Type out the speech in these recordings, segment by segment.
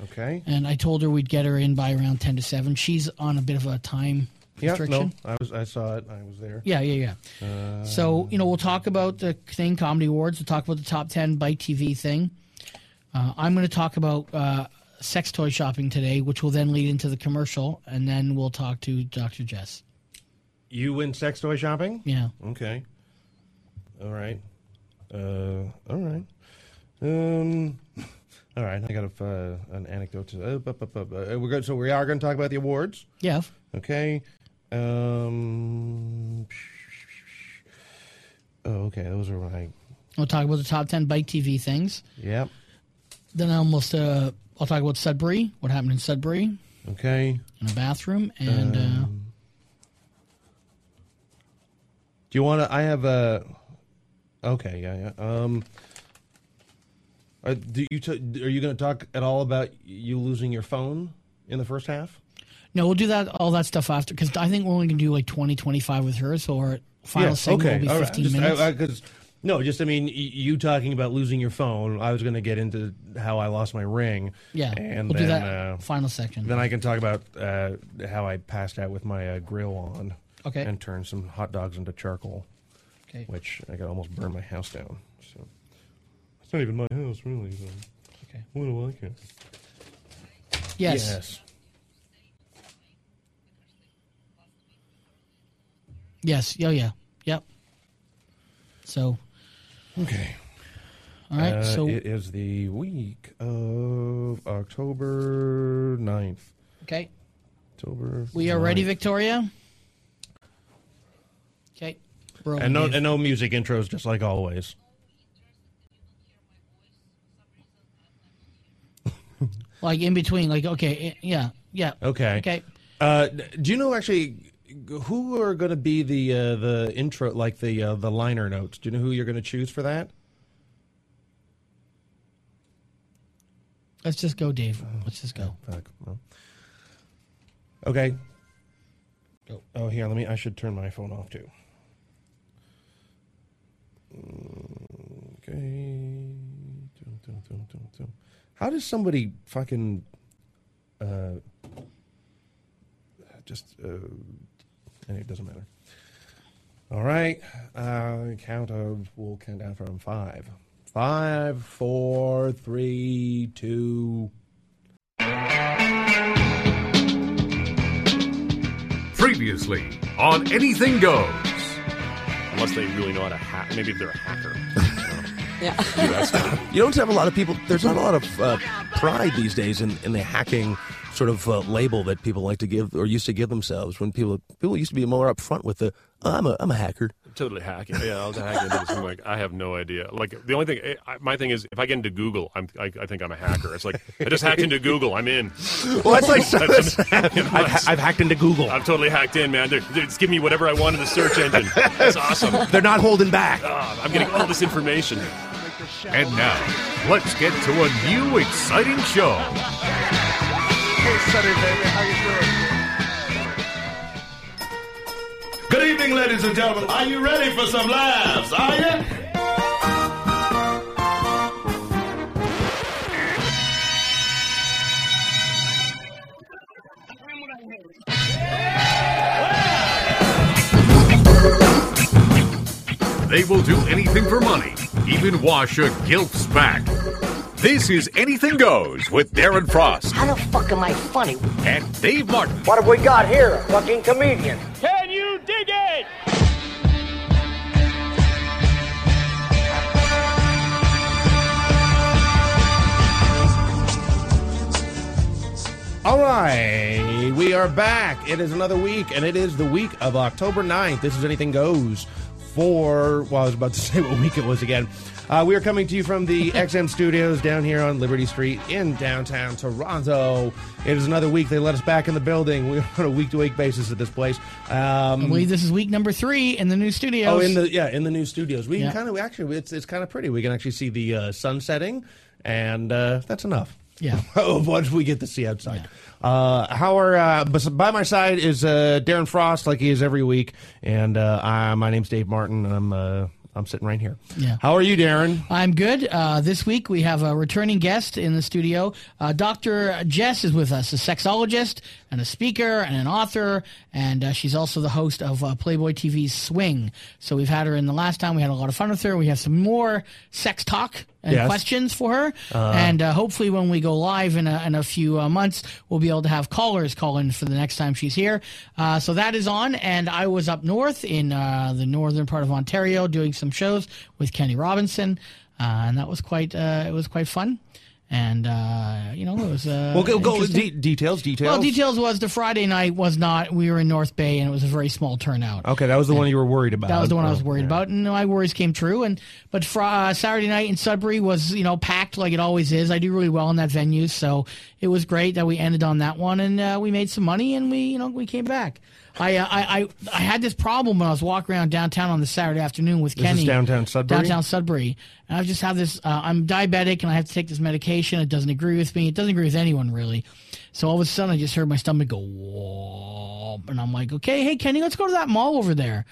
Okay. And I told her we'd get her in by around 10 to 7. She's on a bit of a time Yeah. No, restriction. I was. I saw it. I was there. Uh, Yeah, yeah, yeah. so, you know, we'll talk about the thing, Comedy Awards. We'll talk about the top 10 bike TV thing. Uh, I'm going to talk about uh, sex toy shopping today, which will then lead into the commercial, and then we'll talk to Dr. Jess. You went sex toy shopping. Yeah. Okay. All right. Uh, all right. Um, all right. I got a, uh, an anecdote to. Uh, bu- bu- bu- bu- uh, we're good. So we are going to talk about the awards. Yeah. Okay. Um. Oh, okay. Those are my. We'll talk about the top 10 bike TV things. Yep. Then I almost, uh, I'll talk about Sudbury, what happened in Sudbury Okay. in a bathroom, and uh, Um, Do you want to? I have a. Okay. Yeah. Yeah. Um. Are, do you t- are you going to talk at all about you losing your phone in the first half? No, we'll do that all that stuff after because I think we're only going to do like 20, 25 with her. So our final segment will be all right. fifteen Just- I- minutes. I- 'cause- no, just I mean, y- you talking about losing your phone. I was going to get into how I lost my ring. yeah, and we'll then do that uh, final section. then I can talk about uh, how I passed out with my uh, grill on. Okay. And turned some hot dogs into charcoal, okay. which I could almost burn my house down. So it's not even my house, really. So okay. what do I care? Yes. Yes. Yes. Yeah. Yeah. Yep. So, Okay. all right. Uh, so, it is the week of October 9th. okay. October. We are ready, 9th. Victoria. Okay. We're over And no, to you. and no music intros, just like always. like in between, like, okay. i- Yeah. Yeah. Okay. Okay. Uh, do you know actually who are going to be the uh, the intro, like the uh, the liner notes? Do you know who you're going to choose for that? Let's just go, Dave. Let's just go. Fuck. no. Okay. Go. Oh, here. Let me. I should turn my phone off too. Okay. Dun, dun, dun, dun, dun. How does somebody fucking uh, just uh, anyway, it doesn't matter. All right. Uh, count of. We'll count down from five. Five, four, three, two. Previously on Anything Goes. Unless they really know how to hack. Maybe they're a hacker. You don't have a lot of people. There's not a lot of uh, pride these days in, in the hacking sort of uh, label that people like to give or used to give themselves. When people people used to be more upfront with the "Oh, I'm a I'm a hacker. totally hacking. Yeah, I was hacking. into this. I'm like, I have no idea. Like the only thing, eh, I, my thing is, if I get into Google, I'm, I, I think I'm a hacker. It's like I just hacked into Google. I'm in. Well, that's like That's- I've, ha- I've hacked into Google. I'm totally hacked in, man. They're, they're, just give me whatever I want in the search engine. That's awesome. They're not holding back. Ah, I'm getting all this information. And now, let's get to a new exciting show. Good evening, ladies and gentlemen. Are you ready for some laughs? Are you? They will do anything for money, even wash a gilf's back. This is Anything Goes with Darren Frost How the fuck am I funny? and Dave Martin. What have we got here? A fucking comedian. Can you dig it? All right, we are back. It is another week, and it is the week of October 9th. This is Anything Goes for, well, I was about to say what week it was again. Uh, we are coming to you from the XM studios down here on Liberty Street in downtown Toronto. It is another week. They let us back in the building. We're on a week to week basis at this place. Um, I believe this is week number three in the new studios. Oh, in the yeah, in the new studios, we Yeah. can kind of actually it's it's kind of pretty. We can actually see the uh, sun setting, and uh, that's enough. Yeah. of what we get to see outside. Uh, how are uh, bes- by my side is uh, Darren Frost, like he is every week, and uh, I, my name's Dave Martin, and I'm uh, I'm sitting right here. Yeah. How are you, Darren? I'm good. Uh, this week we have a returning guest in the studio. Uh, Dr. Jess is with us, a sexologist and a speaker and an author, and uh, she's also the host of uh, Playboy TV's Swing. So we've had her in the last time. We had a lot of fun with her. We have some more sex talk and Yes. questions for her, Uh-huh. and uh, hopefully when we go live in a, in a few uh, months, we'll be able to have callers call in for the next time she's here. Uh, so that is on, and I was up north in uh, the northern part of Ontario doing some shows with Kenny Robinson, uh, and that was quite uh, it was quite fun, and uh, you know it was uh, Well, go, go interesting. de- details, details. well, details was the Friday night was not. We were in North Bay, and it was a very small turnout. Okay, that was the one you were worried about. Oh, That was the one I was worried about, and my worries came true. And but fr- uh, Saturday night in Sudbury was you know packed like it always is. I do really well in that venue, so it was great that we ended on that one, and uh, we made some money, and we you know we came back. I, uh, I I I had this problem when I was walking around downtown on the Saturday afternoon with is Kenny downtown Sudbury? Downtown Sudbury, and I just have this. Uh, I'm diabetic, and I have to take this medication. It doesn't agree with me. It doesn't agree with anyone really. So all of a sudden, I just heard my stomach go whoop, and I'm like, okay, hey Kenny, let's go to that mall over there.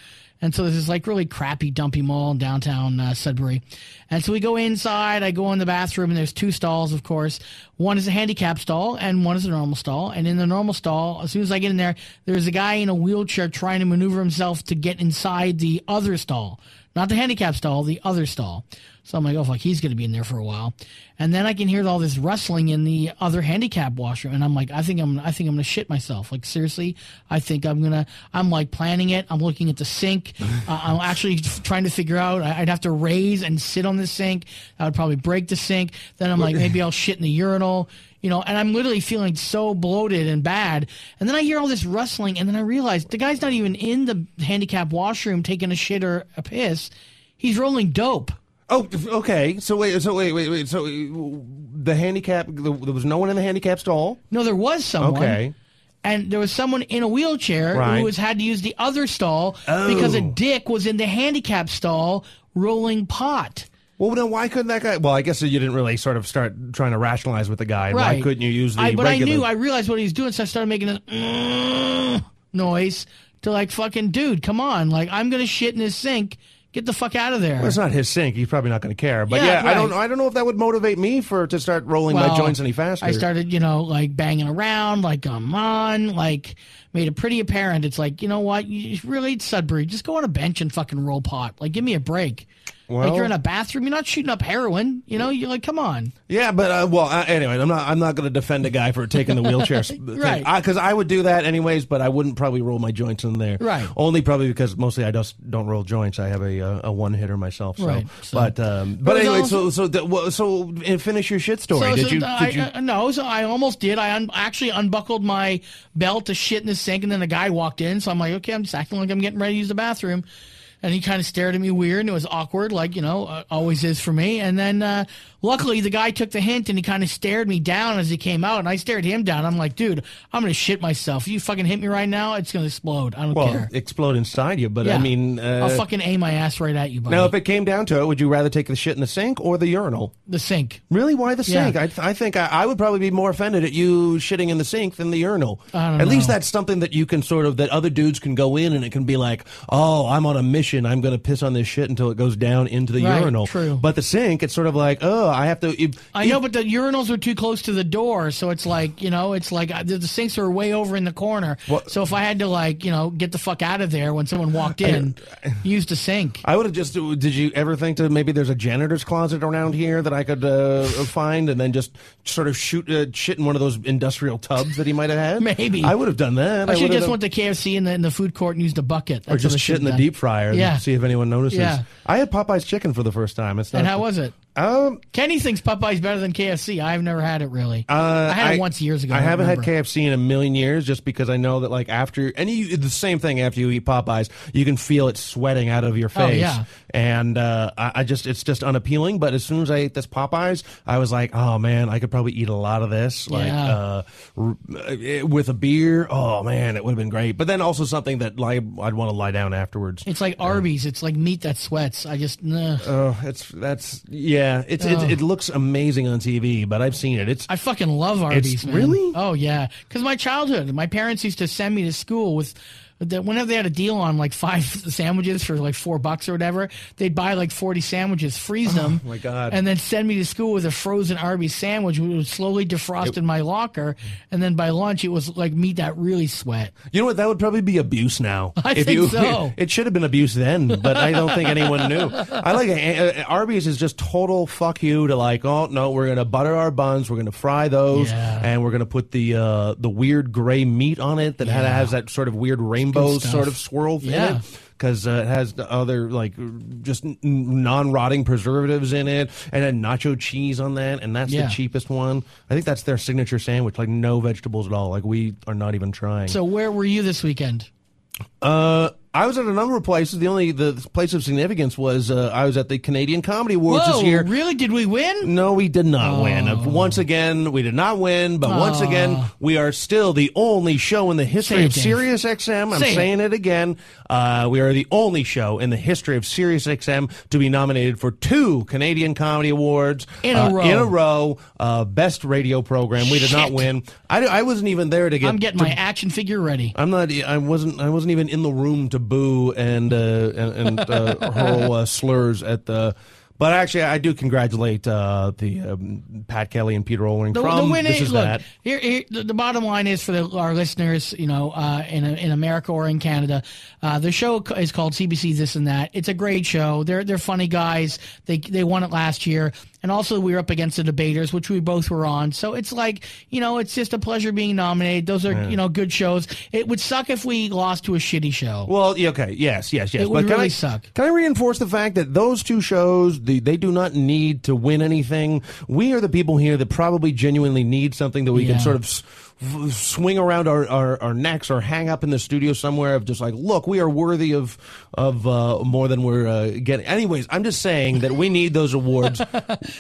And so this is like really crappy, dumpy mall in downtown uh, Sudbury. And so we go inside. I go in the bathroom, and there's two stalls, of course. One is a handicap stall, and one is a normal stall. And in the normal stall, as soon as I get in there, there's a guy in a wheelchair trying to maneuver himself to get inside the other stall, not the handicap stall, the other stall. So I'm like, oh fuck, he's gonna be in there for a while. And then I can hear all this rustling in the other handicap washroom, and I'm like, I think I'm, I think I'm gonna shit myself. Like seriously, I think I'm gonna, I'm like planning it. I'm looking at the sink. Uh, I'm actually f- trying to figure out. I- I'd have to raise and sit on the sink. I would probably break the sink. Then I'm like, maybe I'll shit in the urinal. You know, and I'm literally feeling so bloated and bad. And then I hear all this rustling, and then I realize the guy's not even in the handicap washroom taking a shit or a piss. He's rolling dope. Oh, okay. So wait, so wait, wait, wait. So uh, the handicap, the, there was no one in the handicap stall. No, there was someone. Okay. And there was someone in a wheelchair Right. Oh. who was had to use the other stall because a dick was in the handicap stall rolling pot. Well, then why couldn't that guy? Well, I guess you didn't really sort of start trying to rationalize with the guy. Right. Why couldn't you use the? I, but regular, I knew, I realized what he was doing, so I started making this "Mm" noise to like, fucking dude, come on. Like, I'm going to shit in this sink. Get the fuck out of there. Well, it's not his sink. He's probably not going to care. But Yeah, yeah, I don't. right. I don't know if that would motivate me for to start rolling my Well, joints any faster. I started, you know, like banging around, like come on, like made it pretty apparent. It's like, you know what, you really it's Sudbury, just go on a bench and fucking roll pot. Like, give me a break. like Well- you're in a bathroom, you're not shooting up heroin. You know, you're like, come on. Yeah, but uh, well, uh, anyway, I'm not. I'm not going to defend a guy for taking the wheelchair, s- thing. Right. Because I, would do that anyways, but I wouldn't probably roll my joints in there. Right. Only probably because mostly I just don't roll joints. I have a uh, a one hitter myself. So. Right, so- But um, But but it anyway, was also- so so the, well, so and finish your shit story. did you? I, uh, did you? I- no, so I almost did. I un- actually unbuckled my belt to shit in the sink, and then a guy walked in. So I'm like, okay, I'm just acting like I'm getting ready to use the bathroom. And he kind of stared at me weird, and it was awkward, like, you know, uh, always is for me. And then uh, luckily, the guy took the hint and he kind of stared me down as he came out, and I stared him down. I'm like, dude, I'm going to shit myself. You fucking hit me right now, it's going to explode. I don't well, care. explode inside you. But I Yeah. mean, uh, I'll fucking aim my ass right at you, buddy. now if it came down to it, would you rather take the shit in the sink or the urinal? the sink. Really? Why the Yeah. sink? I, th- I think I, I would probably be more offended at you shitting in the sink than the urinal. don't at least know. that's something that you can sort of that other dudes can go in and it can be like, oh, I'm on a mission. I'm going to piss on this shit until it goes down into the Right, urinal. true. But the sink, it's sort of like, oh, I have to. If, I know, but the urinals are too close to the door, so it's like you know, it's like uh, the, the sinks are way over in the corner. What- So if I had to like you know get the fuck out of there when someone walked in, use the sink. I would have just. Did you ever think to maybe there's a janitor's closet around here that I could uh, find and then just sort of shoot uh, shit in one of those industrial tubs that he might have had? Maybe. I would have done that. I should would've just done- went to KFC in the in the food court and used a bucket. or That's what just I shit in the should've deep done. fryer and Yeah. see if anyone notices. Yeah. I had Popeye's chicken for the first time. It's not And how was it? Um, Kenny thinks Popeye's better than KFC. I've never had it really. uh, I had it once years ago. I don't haven't remember. had KFC in a million years, just because I know that like after and you, it's the same thing after you eat Popeyes, you can feel it sweating out of your Oh, face. yeah. And uh, I, I just it's just unappealing. But as soon as I ate this Popeyes, I was like, oh man, I could probably eat a lot of this, like Yeah. uh, r- uh, with a beer. Oh man, it would have been great. But then also something that like I'd want to lie down afterwards. It's like Arby's. It's like meat that sweats. I just nah. Oh, it's that's yeah. It's it, it looks amazing on TV, but I've seen it. It's I fucking love Arby's. man. really? Oh yeah, because my childhood, my parents used to send me to school with that whenever they had a deal on like five sandwiches for like four bucks or whatever, they'd buy like 40 sandwiches, freeze them. Oh my God. And then send me to school with a frozen Arby's sandwich, which would slowly defrost in my locker. And then by lunch, it was like meat that really sweat. You know what? That would probably be abuse now. I think so. It, should have been abuse then, but I don't think anyone knew. I like uh, uh, Arby's is just total fuck you to like. Oh no, we're gonna butter our buns, we're gonna fry those, Yeah. and we're gonna put the uh, the weird gray meat on it that had, has that sort of weird rainbow stuff. sort of swirl in Yeah. it. Because uh, it has the other like just n- non-rotting preservatives in it, and then nacho cheese on that, and that's Yeah. the cheapest one. I think that's their signature sandwich, like no vegetables at all. Like we are not even trying. So where were you this weekend? Uh, I was at a number of places. The only the place of significance was uh, I was at the Canadian Comedy Awards Whoa, Oh. this year. really? Did we win? No, we did not win. Uh, Once again, we did not win. But once again, we are still the only show in the history Say it, of Dave. Sirius XM. I'm Say it. saying it again. Uh, we are the only show in the history of Sirius XM to be nominated for two Canadian Comedy Awards In a uh, row. In a row, uh, best radio program. We did not Shit. win. I, I wasn't even there to get. I'm getting to my action figure ready. I'm not. e, I wasn't. I wasn't even in the room to boo and uh, and, and uh, hurl uh, slurs at the. But actually, I do congratulate uh, the um, Pat Kelly and Peter Olring The, from the win This is, Is look. That. Here, here, the, the bottom line is for the, our listeners, you know, uh, in in America or in Canada, uh, the show c- is called CBC This and That. It's a great show. They're they're funny guys. They they won it last year, and also we were up against the debaters, which we both were on. So it's like you know, it's just a pleasure being nominated. Those are you know good shows. It would suck if we lost to a shitty show. Well, yeah, okay, yes, yes, yes. It but would can really I, suck. Can I reinforce the fact that those two shows, the, they do not need to win anything. We are the people here that probably genuinely need something that we Yeah. can sort of s- f- swing around our, our, our necks or hang up in the studio somewhere of just like, look, we are worthy of of uh, more than we're uh, getting. Anyways, I'm just saying that we need those awards.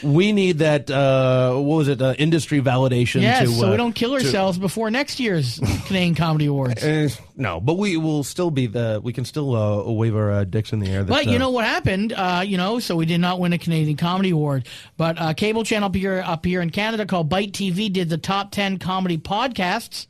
we need that. Uh, what was it? Uh, industry validation. yes, to, so uh, we don't kill ourselves before next year's Canadian Comedy Awards. eh, no, but we will still be the. We can still uh, wave our uh, dicks in the air. That, But you uh, know what happened? Uh, you know, so we did not win a Canadian Comedy Award. But a cable channel up here, up here in Canada called Bite TV did the top ten comedy podcasts,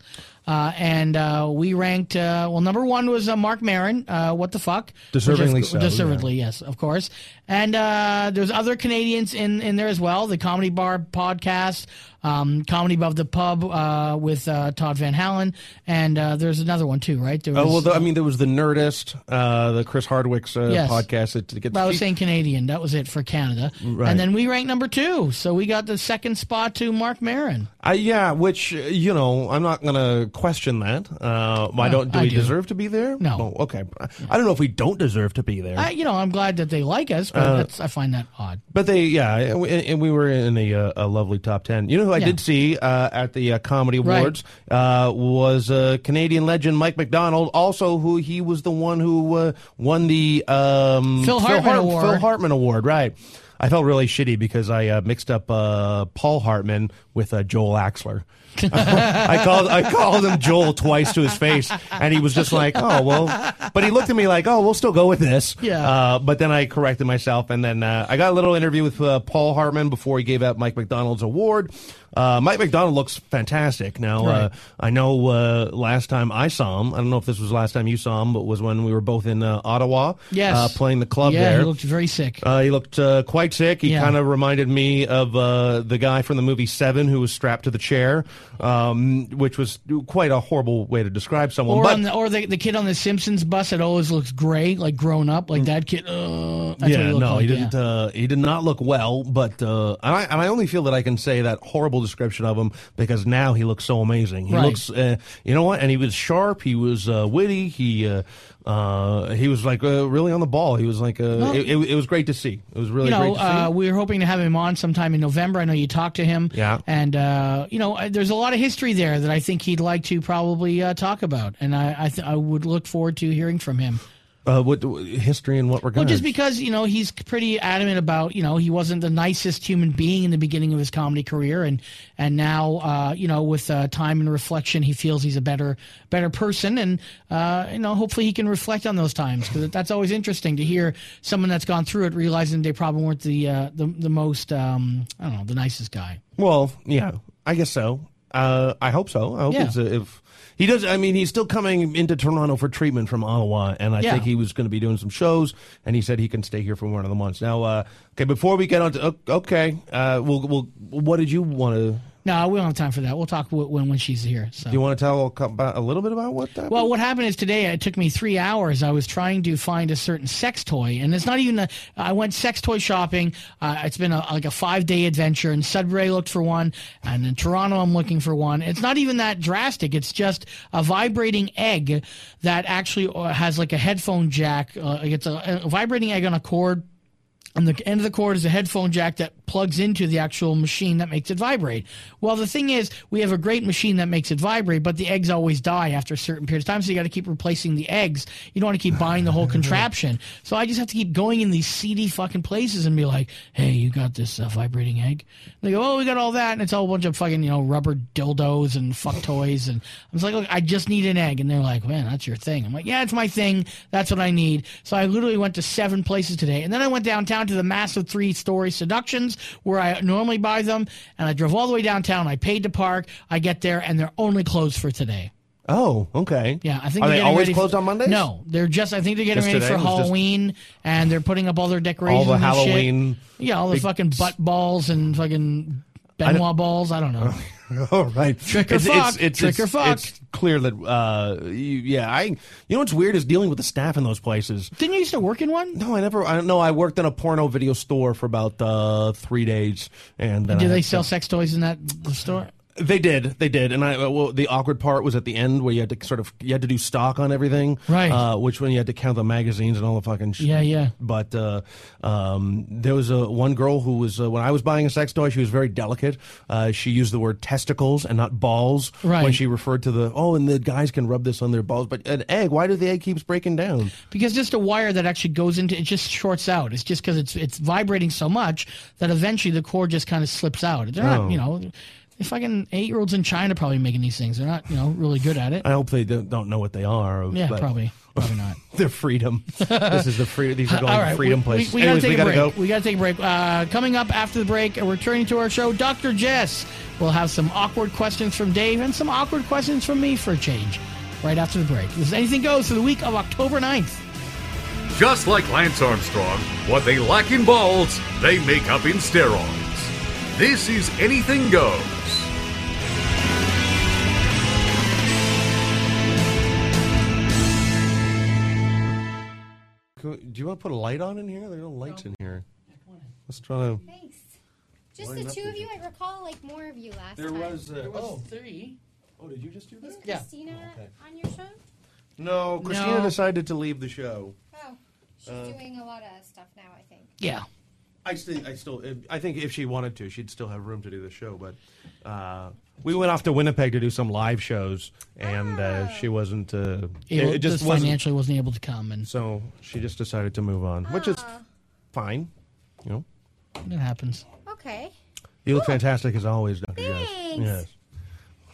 uh, and uh, we ranked. Uh, well, number one was uh, Mark Maron. Uh, what the fuck? Which of- Deservingly so, Deservedly, yes, of course. And uh, there's other Canadians in in there as well. The Comedy Bar podcast. Um, comedy above the pub uh, with uh, Todd Van Halen, and uh, there's another one too, right? There was, Oh well, the, I mean, there was the Nerdist, uh, the Chris Hardwick's uh, Yes. podcast that to get. But I was saying Canadian. That was it for Canada. Right. And then we ranked number two. So we got the second spot to Mark Marin. I, yeah, which uh, you know, I'm not gonna question that. Uh, I don't. Do I we do. deserve to be there? No. Oh, okay. I- I don't know if we don't deserve to be there, I, you know, I'm glad that they like us, but uh, that's, I find that odd. but they, yeah, and we, and we were in a, uh, a lovely top ten. You know who I Yeah. did see uh, at the uh, comedy Right. awards uh, was uh, Canadian legend Mike McDonald. Also, who he was the one who uh, won the um, Phil Hartman Hart- Award. Phil Hartman Award, right? I felt really shitty because I uh, mixed up uh, Paul Hartman with uh, Joel Axler. I called I called him Joel twice to his face, and he was just like, "Oh well," but he looked at me like, "Oh, we'll still go with this." Yeah. Uh, but then I corrected myself, and then uh, I got a little interview with uh, Paul Hartman before he gave out Mike McDonald's award. Uh, Mike McDonald looks fantastic now. Uh, Right. I know uh, last time I saw him, I don't know if this was last time you saw him, but was when we were both in uh, Ottawa, Yes. uh, playing the club yeah, there. he looked very sick. Uh, he looked uh, quite sick. He Yeah. kind of reminded me of uh, the guy from the movie Seven who was strapped to the chair, um, which was quite a horrible way to describe someone. or but on the, or the, the kid on the Simpsons bus that always looks gray, like grown up, like that kid. Uh, that's what Mm. yeah, he looked no, like, he didn't. yeah. Uh, he did not look well. But uh, and I, and I only feel that I can say that horrible description of him because now he looks so amazing. He Right. looks, uh, you know what? And he was sharp. He was uh, witty. He. Uh, uh, he was like uh, really on the ball. He was like, uh, it, it, it was great to see. It was really you know, great to see. uh, we were hoping to have him on sometime in November. I know you talked to him. Yeah. And, uh, you know, I- there's a lot of history there that I think he'd like to probably uh, talk about. And I, I, th- I would look forward to hearing from him. Uh, what history and what regards? Well, just because you know he's pretty adamant about you know he wasn't the nicest human being in the beginning of his comedy career, and and now uh, you know with uh, time and reflection he feels he's a better better person, and uh, you know hopefully he can reflect on those times because that's always interesting to hear someone that's gone through it realizing they probably weren't the uh, the the most um, I don't know the nicest guy. Well, yeah, I guess so. Uh, I hope so. I hope Yeah. it's a, if he does. I mean, he's still coming into Toronto for treatment from Ottawa, and I Yeah. think he was going to be doing some shows. And he said he can stay here for one of the months. Now, uh, okay, before we get on to o- okay, uh, we'll, we'll what did you want to? No, we don't have time for that. We'll talk w- when when she's here. So. Do you want to tell about, a little bit about what that? Well, what happened is today it took me three hours. I was trying to find a certain sex toy, and it's not even. A, I went sex toy shopping. Uh, it's been a, like a five day adventure. In Sudbury, I looked for one, and in Toronto, I'm looking for one. It's not even that drastic. It's just a vibrating egg that actually uh, has like a headphone jack. Uh, it's a, a vibrating egg on a cord and the end of the cord is a headphone jack that plugs into the actual machine that makes it vibrate. Well, the thing is, we have a great machine that makes it vibrate, but the eggs always die after a certain period of time, so you got to keep replacing the eggs. You don't want to keep buying the whole contraption. So I just have to keep going in these seedy fucking places and be like, "Hey, you got this uh, vibrating egg?" And they go, "Oh, we got all that," and it's all a bunch of fucking you know rubber dildos and fuck toys. And I was like, "Look, I just need an egg," and they're like, "Man, that's your thing." I'm like, "Yeah, it's my thing. That's what I need." So I literally went to seven places today, and then I went downtown to the massive three-story Seductions where I normally buy them, and I drove all the way downtown. I paid to park. I get there, and they're only closed for today. Oh, okay. Yeah, I think are they they're getting always ready closed for, on Mondays? No, they're just. I think they're getting Just ready today for was just- Halloween, and they're putting up all their decorations. All the and shit. Halloween Yeah, all the big- fucking butt balls and fucking Benoit balls. I don't know. All right. Trick or it's, fuck. It's, it's, Trick it's, or fuck. It's clear that, uh, you, yeah, I. You know what's weird is dealing with the staff in those places. Didn't you used to work in one? No, I never. I no, I worked in a porno video store for about uh, three days, and then Do I they had sell sex toys in that store? to- They did, they did, and I. uh, Well, the awkward part was at the end where you had to sort of you had to do stock on everything, Right. Uh, which one you had to count the magazines and all the fucking shit. Yeah, yeah. But uh, um, there was a one girl who was uh, when I was buying a sex toy, she was very delicate. Uh, she used the word testicles and not balls when Right. she referred to the oh, and the guys can rub this on their balls. But an egg, why do the egg keeps breaking down? Because just a wire that actually goes into it just shorts out. It's just because it's it's vibrating so much that eventually the cord just kind of slips out. They're Oh. not, you know, the fucking eight year olds in China probably making these things. They're not, you know, really good at it. I hope they don't, don't know what they are. Yeah, but- probably, probably not. Their freedom. this is the freedom. These are going All to right, freedom we, places. We, we Anyways, gotta we take gotta a break. go. We gotta take a break. Uh, coming up after the break, and returning to our show, Dr. Jess will have some awkward questions from Dave and some awkward questions from me for a change. Right after the break. This is anything goes for the week of October 9th. Just like Lance Armstrong, what they lack in balls, they make up in steroids. This is Anything Goes. Can we- Do you want to put a light on in here? There are no lights in here. Let's try to. Thanks. Just the two of you. I recall like more of you last There time. was. Uh, oh, three. oh, did you just do Was that? Yeah. Christina on your show? No, Christina No. decided to leave the show. Oh, she's doing a lot of stuff now. I think. Yeah. I still, I still, I think if she wanted to, she'd still have room to do the show. But uh, we went off to Winnipeg to do some live shows, and uh, she wasn't. Uh, it, Ah. Able- it just wasn't. financially wasn't able to come, and So she just decided to move on, which is Ah. fine. You know. it happens. Okay. You look fantastic as always, Dr. Jess. Thanks. Yes.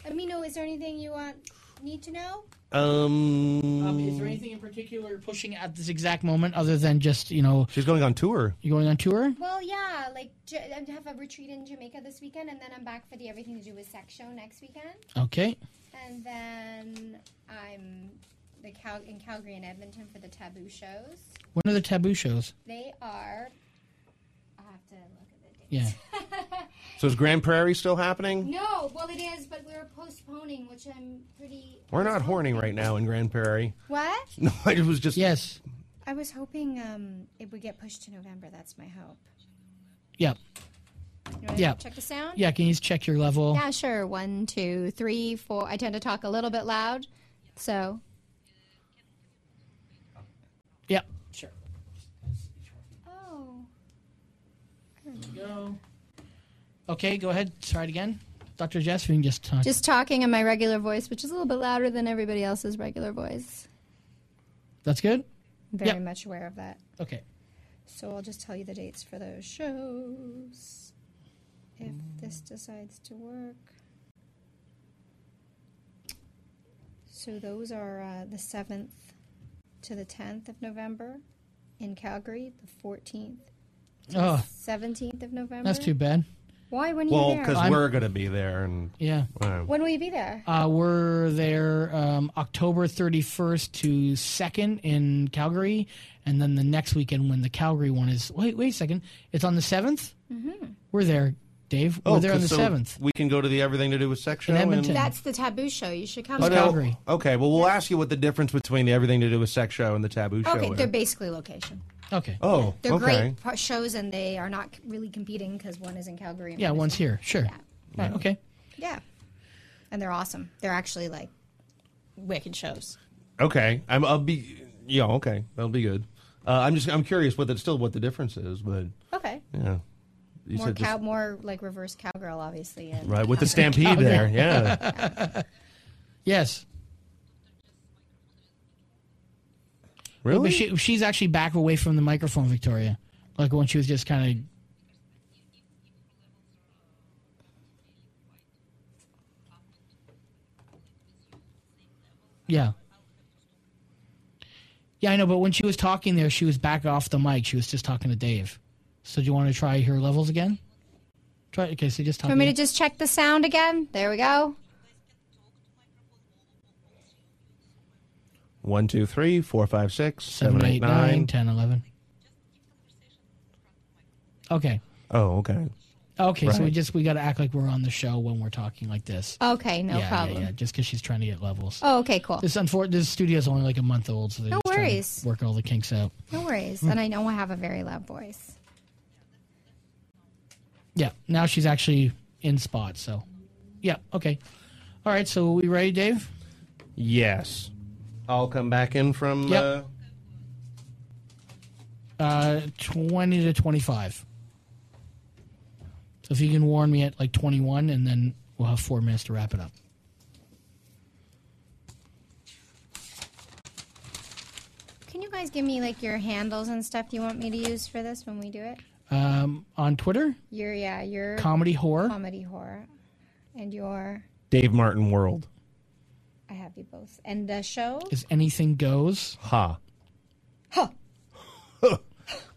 Let me know. Is there anything you want need to know? Um, Um, is there anything in particular you're pushing at this exact moment, other than just you know she's going on tour. you going on tour? Well, yeah. Like J- I have a retreat in Jamaica this weekend, and then I'm back for the Everything to Do with Sex show next weekend, Okay. and then I'm the Cal- in Calgary and Edmonton for the Taboo shows. When are the taboo shows? They are. I have to look at the date. Yeah. So is Grand Prairie still happening? No, well it is, but we're postponing, which I'm pretty. We're not horning right now in Grand Prairie. What? No, I was just. Yes. I was hoping um, it would get pushed to November. That's my hope. Yep. You wanna Yeah. Check the sound. Yeah. Can you just check your level? Yeah, sure. One, two, three, four. I tend to talk a little bit loud, so Yep. Sure. oh, Go. Okay, go ahead. Try it again. Dr. Jess, we can just talk. just talking in my regular voice, which is a little bit louder than everybody else's regular voice. That's good? I'm very Yeah. much aware of that. Okay. So I'll just tell you the dates for those shows. If this decides to work. So those are uh, the 7th to the 10th of November in Calgary, the 14th, Oh, 17th of November. that's too bad. Why? When are Well, you there? because I'm- we're going to be there, and Yeah. uh, When will you be there? Uh, we're there um, October 31st to 2nd in Calgary, and then the next weekend when the Calgary one is. Wait, wait a second. It's on the 7th? Mm-hmm. We're there, Dave. Oh, We're there on the 7th. We can go to the everything to do with sex show. In Edmonton. That's the taboo show. You should come. Oh, no. Calgary. Okay, well, we'll ask you what the difference between the everything to do with sex show and the taboo show. Okay, is. they're basically location. Okay. oh, They're okay. great pro- shows, and they are not c- really competing because one is in Calgary. And Yeah, one is one's in- here. Sure. Right, okay. Yeah, and they're awesome. They're actually like wicked shows. Okay, I'm. I'll be. Yeah. Okay, that'll be good. Uh, I'm just. I'm curious what the still what the difference is, but Okay, yeah. You more said this- cow, more like reverse cowgirl, obviously. And right with the stampede there. Yeah. Yes. Oh, really? But she, she's actually back away from the microphone, Victoria. Like when she was just kind of. Yeah. Yeah, I know, but when she was talking there, she was back off the mic. She was just talking to Dave. So do you want to try her levels again? Try okay, so just talk. Want me to just check the sound again? There we go. One, two, three, four, five, six, seven, eight, nine, nine. ten, eleven. Okay. Oh, okay. Okay, so we Right. just we got to act like we're on the show when we're talking like this. Okay, no yeah, problem. yeah, yeah. Just because she's trying to get levels. Oh, okay, cool. This unfortunate. This studio's only like a month old, so they're No just trying to worries. work all the kinks out. No worries. Hmm. And I know I have a very loud voice. Yeah. Now she's actually in spot. So, yeah. Okay. All right. So we ready, Dave? Yes. I'll come back in from. Yep. Uh, Uh, twenty to twenty-five. So if you can warn me at like twenty-one, and then we'll have four minutes to wrap it up. Can you guys give me like your handles and stuff you want me to use for this when we do it? Um, on Twitter, Your yeah, your comedy horror. comedy horror, and your Dave Martin World. I have you both, and the show. is anything goes. Ha. Huh.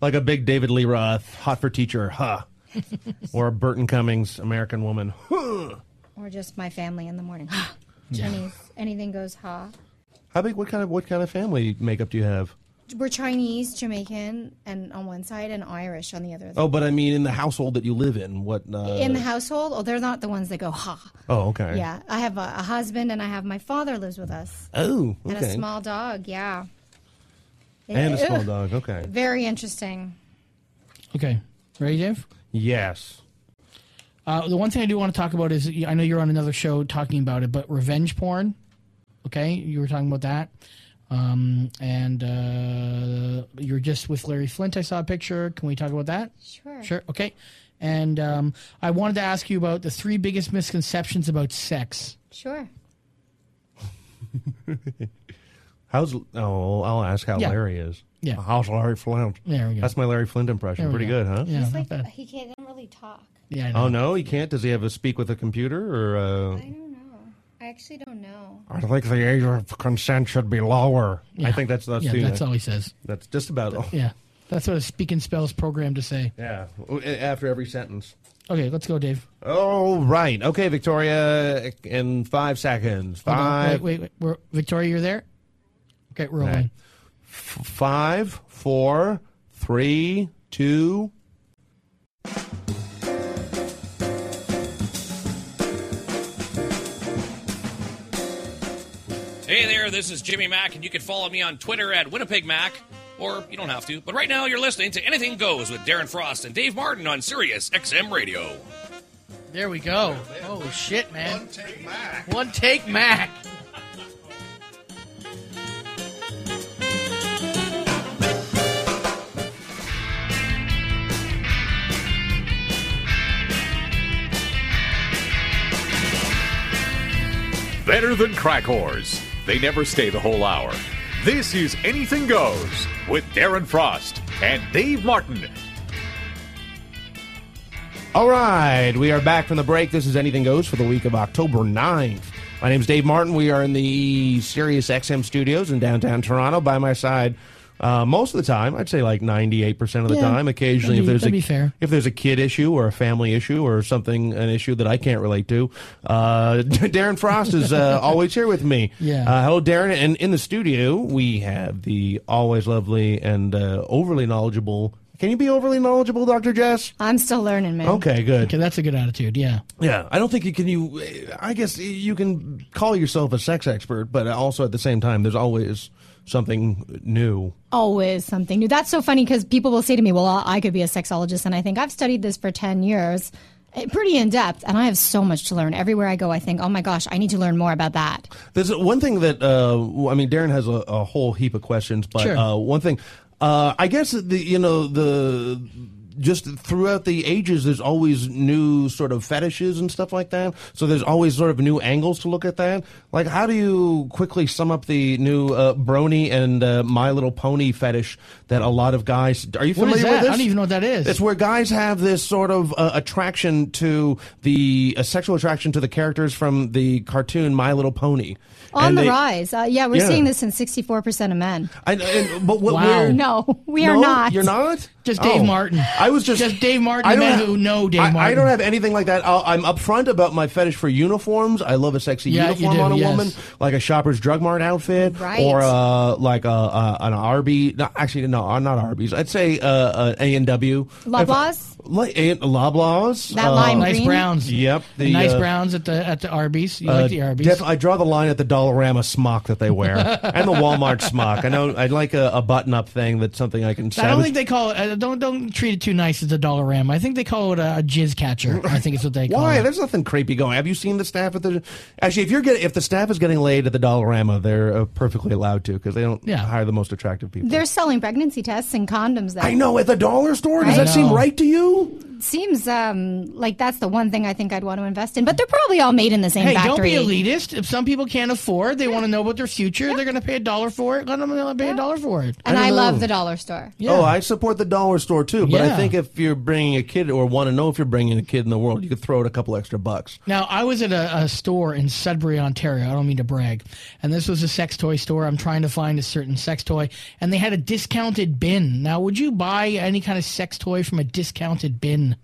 like a big David Lee Roth, hot for teacher. Huh. or a Burton Cummings, American woman. Huh. or just my family in the morning. Chinese, anything goes. Ha. How big? What kind of what kind of family makeup do you have? We're Chinese, Jamaican, and on one side, and Irish on the other. Oh, but I mean, in the household that you live in, what? Uh, in the household, oh, they're not the ones that go ha. oh, okay. Yeah, I have a, a husband, and I have my father lives with us, Oh, okay. and a small dog. Yeah. And a small Ugh. dog. Okay. Very interesting. Okay. Ready, Dave? Yes. Uh, the one thing I do want to talk about is I know you're on another show talking about it, but revenge porn. Okay, you were talking about that, um, and uh, you're just with Larry Flint. I saw a picture. Can we talk about that? Sure. Sure. Okay. And um, I wanted to ask you about the three biggest misconceptions about sex. Sure. How's? Oh, I'll ask how Yeah. Larry is. Oh, Yeah. How's Larry Flint? There we go. That's my Larry Flint impression. There we Pretty go. good, huh? Yeah, It's not like bad. he can't really talk. Yeah. I know. Oh no, he can't. Does he have a speak with a computer or? Uh, I don't know. I actually don't know. I think the age of consent should be lower. I think that's that's yeah, the- that's all he says. That's just about. all. Yeah, that's what a speak and spells programmed to say. Yeah. After every sentence. Okay, let's go, Dave. Oh right. Okay, Victoria. In five seconds. Hold on. Five. Wait, wait, wait. We're, Victoria, you're there? Okay, rolling. Okay. Five, four, three, two. Hey there, this is Jimmy Mack, and you can follow me on Twitter at Winnipeg Mac, or you don't have to. But right now, you're listening to Anything Goes with Darren Frost and Dave Martin on Sirius XM Radio. There we go. Oh shit, man. One take Mac. One take Mac. Better than crack whores. They never stay the whole hour. This is Anything Goes with Darren Frost and Dave Martin. All right, we are back from the break. This is Anything Goes for the week of October 9th. My name's Dave Martin. We are in the Sirius XM studios in downtown Toronto. By my side, Uh, most of the time, I'd say like ninety-eight percent of the Yeah, time. Occasionally, if that'd be- there's a that'd be fair. if there's a kid issue or a family issue or something, an issue that I can't relate to, uh, Darren Frost is uh, always here with me. Yeah. Uh, hello, Darren. And in the studio, we have the always lovely and uh, overly knowledgeable. Can you be overly knowledgeable, Doctor Jess? I'm still learning, man. Okay, good. Okay, that's a good attitude. Yeah. Yeah, I don't think you can. You, I guess you can call yourself a sex expert, but also at the same time, there's always something new. Always something new. That's so funny because people will say to me, "Well, I I could be a sexologist," and I think I've studied this for ten years, eh, pretty in depth, and I have so much to learn. Everywhere I go, I think, "Oh my gosh, I need to learn more about that." There's one thing that uh, I mean, Darren has a, a whole heap of questions, but Sure. uh, one thing, uh, I guess the you know the just throughout the ages, there's always new sort of fetishes and stuff like that. So there's always sort of new angles to look at that. Like, how do you quickly sum up the new uh, Brony and uh, My Little Pony fetish that a lot of guys are you What familiar is with that? I this? don't even know what that is. It's where guys have this sort of uh, attraction to the uh, sexual attraction to the characters from the cartoon My Little Pony. On And the they- rise, uh, yeah, we're Yeah. seeing this in sixty-four percent of men. I, and, but what, Wow. we're- No, we are No, not. You're not. Just Dave Oh. Martin. I was just Just Dave Martin, I the don't men ha- who know Dave I, I Martin. don't have anything like that. I'll, I'm upfront about my fetish for uniforms. I love a sexy Yeah, you uniform do, on a yes. woman, like a shopper's drug mart outfit, Right. or uh, like a, uh, an Arby. No, actually, no, uh, not Arby's. I'd say uh, A and W. Loblaws? Like A- Loblaws. That uh, lime Nice green. Browns. Yep, The, the, nice uh, Browns at the at the Arby's. You like the uh, Arby's? def- I draw the line at the Dollarama smock that they wear and the Walmart smock. I know I'd like a, a button-up thing that's something I can. I don't salvage. think they call it. Uh, don't don't treat it too nice as a dollar ram. I think they call it a, a jizz catcher. I think it's what they call Why? it. There's nothing creepy going. Have you seen the staff at the? Actually, if you're getting if the staff is getting laid at the Dollarama, they're uh, perfectly allowed to because they don't Yeah. hire the most attractive people. They're selling pregnancy tests and condoms. There I know at the dollar store. Does I that seem know. right to you? It seems um, like that's the one thing I think I'd want to invest in. But they're probably all made in the same Hey, don't factory. be elitist. If some people can't afford, they want to know about their future. They're going to pay a dollar for it. Let them pay a dollar for it. and I I, don't know. love the dollar store. Yeah. Oh, I support the dollar store too. But I Yeah. think if you're bringing a kid or want to know if you're bringing a kid in the world, you could throw it a couple extra bucks. Now, I was at a, a store in Sudbury, Ontario. I don't mean to brag. And this was a sex toy store. I'm trying to find a certain sex toy. And they had a discounted bin. Now, would you buy any kind of sex toy from a discounted bin?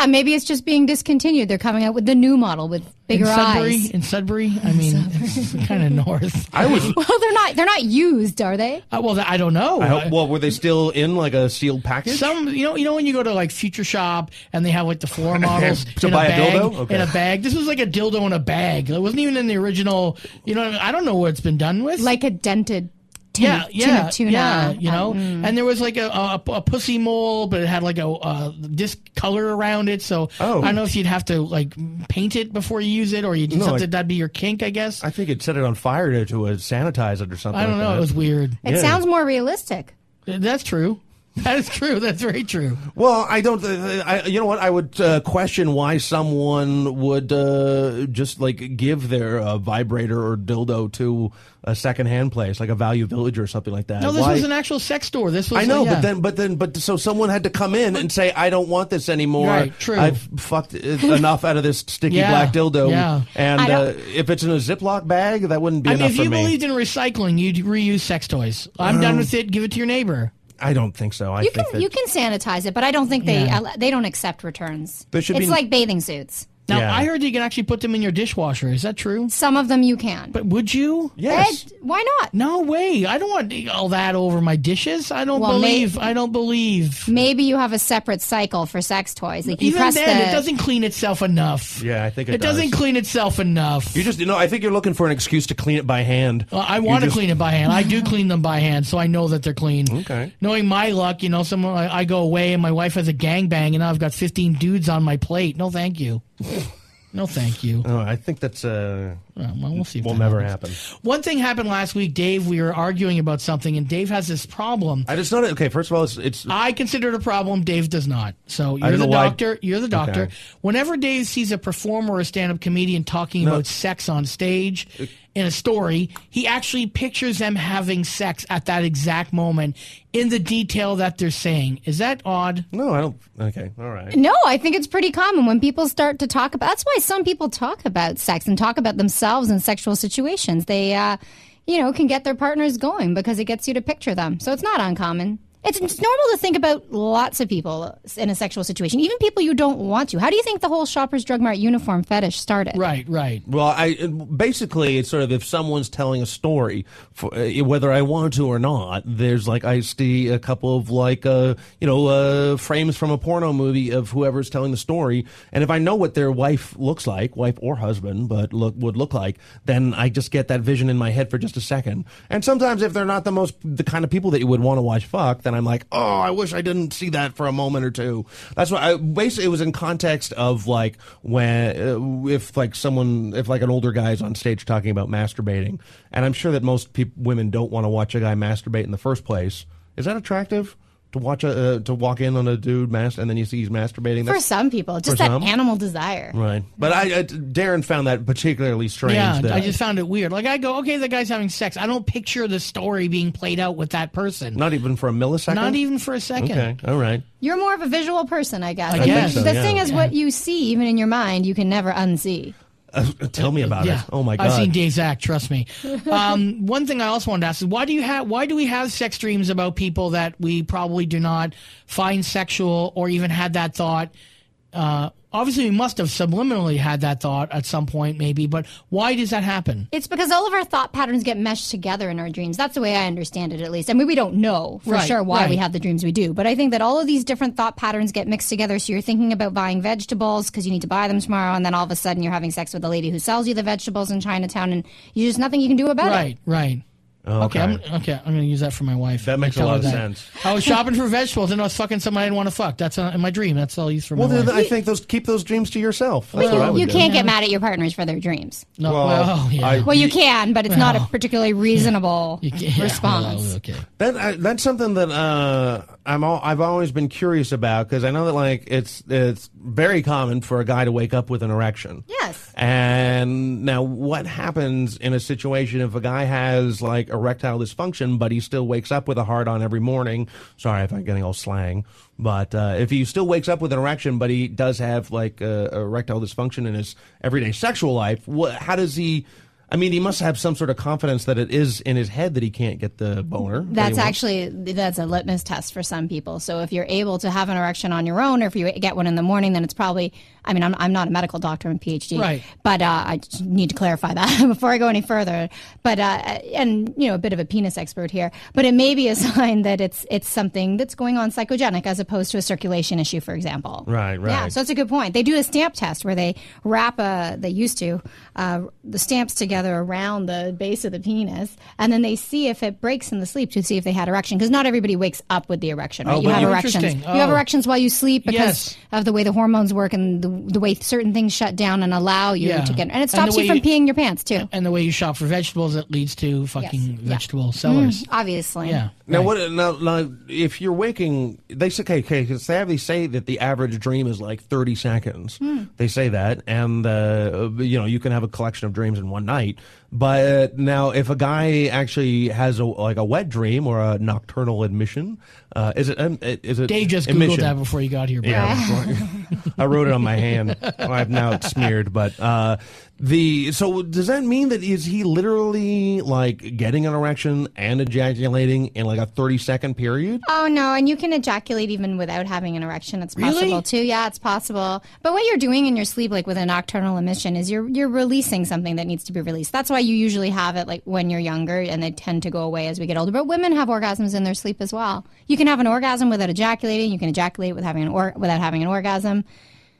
Yeah, maybe it's just being discontinued. They're coming out with the new model with bigger in Sudbury? eyes. In Sudbury? I mean, it's kind of north. I was. Well, they're not. They're not used, are they? Uh, well, I don't know. Uh, I hope, well, were they still in like a sealed package? Some you know you know when you go to like Future Shop and they have like the floor models To in buy a a bag dildo? Okay. in a bag. This was like a dildo in a bag. It wasn't even in the original. You know I don't know what it's been done with. Like a dented tin, yeah yeah tin of tuna. yeah you know. Um, And there was like a, a a pussy mole, but it had like a, uh disc color around it. So Oh. I don't know if you'd have to like paint it before you use it, or you just No, have I- to, that'd be your kink, I guess. I, I think it set it on fire to, to uh, sanitize it or something. don't like know. That. It was weird. it yeah. sounds more realistic. That's true. That is true. That's very true. Well, I don't. Uh, I, you know what? I would uh, question why someone would uh, just like give their uh, vibrator or dildo to a secondhand place, like a Value Village or something like that. No, this Why- was an actual sex store. This was I know, yeah. but then, but then, but so someone had to come in and say, "I don't want this anymore. Right, true. I've fucked uh, enough out of this sticky Yeah, black dildo, yeah. and I don't- uh, if it's in a Ziploc bag, that wouldn't be I mean, enough if for you me. Oh. believed in recycling, you'd reuse sex toys. I'm done with it. Give it to your neighbor. I don't think so. I You can think that you can sanitize it, but I don't think they Yeah. they don't accept returns. There should it's be- like bathing suits. Now, Yeah. I heard you can actually put them in your dishwasher. Is that true? Some of them you can. But would you? yes. Ed, why not? No way. I don't want all that over my dishes. I don't Well, may- believe. I don't believe. Maybe you have a separate cycle for sex toys. Like you Even press then, the, it doesn't clean itself enough. Yeah, I think it it doesn't does. clean itself enough. You just you know, I think you're looking for an excuse to clean it by hand. Well, I want to just- clean it by hand. I do clean them by hand, so I know that they're clean. Okay. Knowing my luck, you know, someone I, I go away and my wife has a gangbang, and now I've got 15 dudes on my plate. No, thank you. no, thank you. Oh, I think that's uh, Well, we'll see. if will that never happens. happen. One thing happened last week, Dave. We were arguing about something, and Dave has this problem. I just not okay. First of all, it's, it's I consider it a problem. Dave does not. So you're don't the know why- doctor. You're the doctor. Okay. Whenever Dave sees a performer or a stand-up comedian talking about sex on stage in a story, he actually pictures them having sex at that exact moment in the detail that they're saying. Is that odd? no, I don't. Okay, all right. No, I think it's pretty common when people start to talk about. That's why some people talk about sex and talk about themselves in sexual situations. They, uh, you know, can get their partners going because it gets you to picture them. So it's not uncommon. It's, it's normal to think about lots of people in a sexual situation, even people you don't want to. How do you think the whole Shoppers Drug Mart uniform fetish started? Right, right. Well, I basically it's sort of if someone's telling a story, for, uh, whether I want to or not. There's like I see a couple of like uh, you know uh, frames from a porno movie of whoever's telling the story, and if I know what their wife looks like, wife or husband, but look would look like, then I just get that vision in my head for just a second. And sometimes if they're not the most the kind of people that you would want to watch fuck, then I'm like, oh, I wish I didn't see that for a moment or two. That's why I basically it was in context of like when uh, if like someone if like an older guy's on stage talking about masturbating, and I'm sure that most peop women don't want to watch a guy masturbate in the first place. Is that attractive? To watch a uh, to walk in on a dude mas- and then you see he's masturbating. For That's- some people, just for that some. animal desire. Right, but I, I Darren found that particularly strange. Yeah, that- I just found it weird. Like I go, okay, the guy's having sex. I don't picture the story being played out with that person. not even for a millisecond. Not even for a second. Okay, all right. You're more of a visual person, I guess. I think so, the yeah. thing is, what you see, even in your mind, you can never unsee. Tell me about Uh, Yeah. it. Oh my god! I've seen Dave's act. Trust me. Um, one thing I also wanted to ask is why do you have why do we have sex dreams about people that we probably do not find sexual or even had that thought? Uh, obviously, we must have subliminally had that thought at some point, maybe. But why does that happen? It's because all of our thought patterns get meshed together in our dreams. That's the way I understand it, at least. I mean, we don't know for Right, sure why we right. have the dreams we do, but I think that all of these different thought patterns get mixed together. So you're thinking about buying vegetables because you need to buy them tomorrow, and then all of a sudden you're having sex with the lady who sells you the vegetables in Chinatown, and you just nothing you can do about it. Right, right. Okay. I'm, okay, I'm going to use that for my wife. That makes a Tell her lot of that. sense. I was shopping for vegetables and I was fucking someone I didn't want to fuck. That's uh, in my dream. That's all I use for Well, my then wife. I think those keep those dreams to yourself. That's you what I would you do. can't Oh, get mad at your partners for their dreams. No, Well, well, yeah. I- Well, you can, but it's not a particularly reasonable can't- yeah, response. well, okay. That I, that's something that uh, I'm all, I've always been curious about because I know that like it's it's very common for a guy to wake up with an erection. Yes. And now, what happens in a situation if a guy has like erectile dysfunction, but he still wakes up with a hard on every morning? Sorry if I'm getting all slang, but uh, if he still wakes up with an erection, but he does have like uh, erectile dysfunction in his everyday sexual life, what, how does he? I mean, he must have some sort of confidence that it is in his head that he can't get the boner. that he That's wants. actually that's a litmus test for some people. So if you're able to have an erection on your own, or if you get one in the morning, then it's probably. I mean, I'm, I'm not a medical doctor and PhD, Right. But uh, I just need to clarify that before I go any further. But uh, and you know, a bit of a penis expert here, but it may be a sign that it's it's something that's going on psychogenic as opposed to a circulation issue, for example. Right, right. Yeah, so that's a good point. They do a stamp test where they wrap a, they used to, uh, the stamps together around the base of the penis, and then they see if it breaks in the sleep to see if they had erection. Because not everybody wakes up with the erection, right? Oh, you but- have Oh, erections. interesting. You have Oh. erections while you sleep because Yes. of the way the hormones work and the, the way certain things shut down and allow you Yeah. to get. And it And the stops you way from you- peeing your pants too. and the way you shop for vegetables, it leads to fucking Yes. Yeah. Mm. vegetable sellers. Obviously. Yeah. Now what? Now, now, if you're waking, they say okay, okay, 'cause they have they say that the average dream is like 30 seconds. They say that, and uh, you know you can have a collection of dreams in one night. But now, if a guy actually has a like a wet dream or a nocturnal admission, uh, is it um, is it Dave just googled emission? that before you got here, bro. Yeah, I wrote it on my hand. I've now it's smeared, but uh, the so does that mean that is he literally like getting an erection and ejaculating in like a thirty second period? Oh no, and you can ejaculate even without having an erection. It's Really? possible too. Yeah, it's possible. But what you're doing in your sleep, like with a nocturnal emission, is you're you're releasing something that needs to be released. That's why you usually have it like when you're younger, and they tend to go away as we get older. But women have orgasms in their sleep as well. You can have an orgasm without ejaculating. You can ejaculate with having an or- without having an orgasm.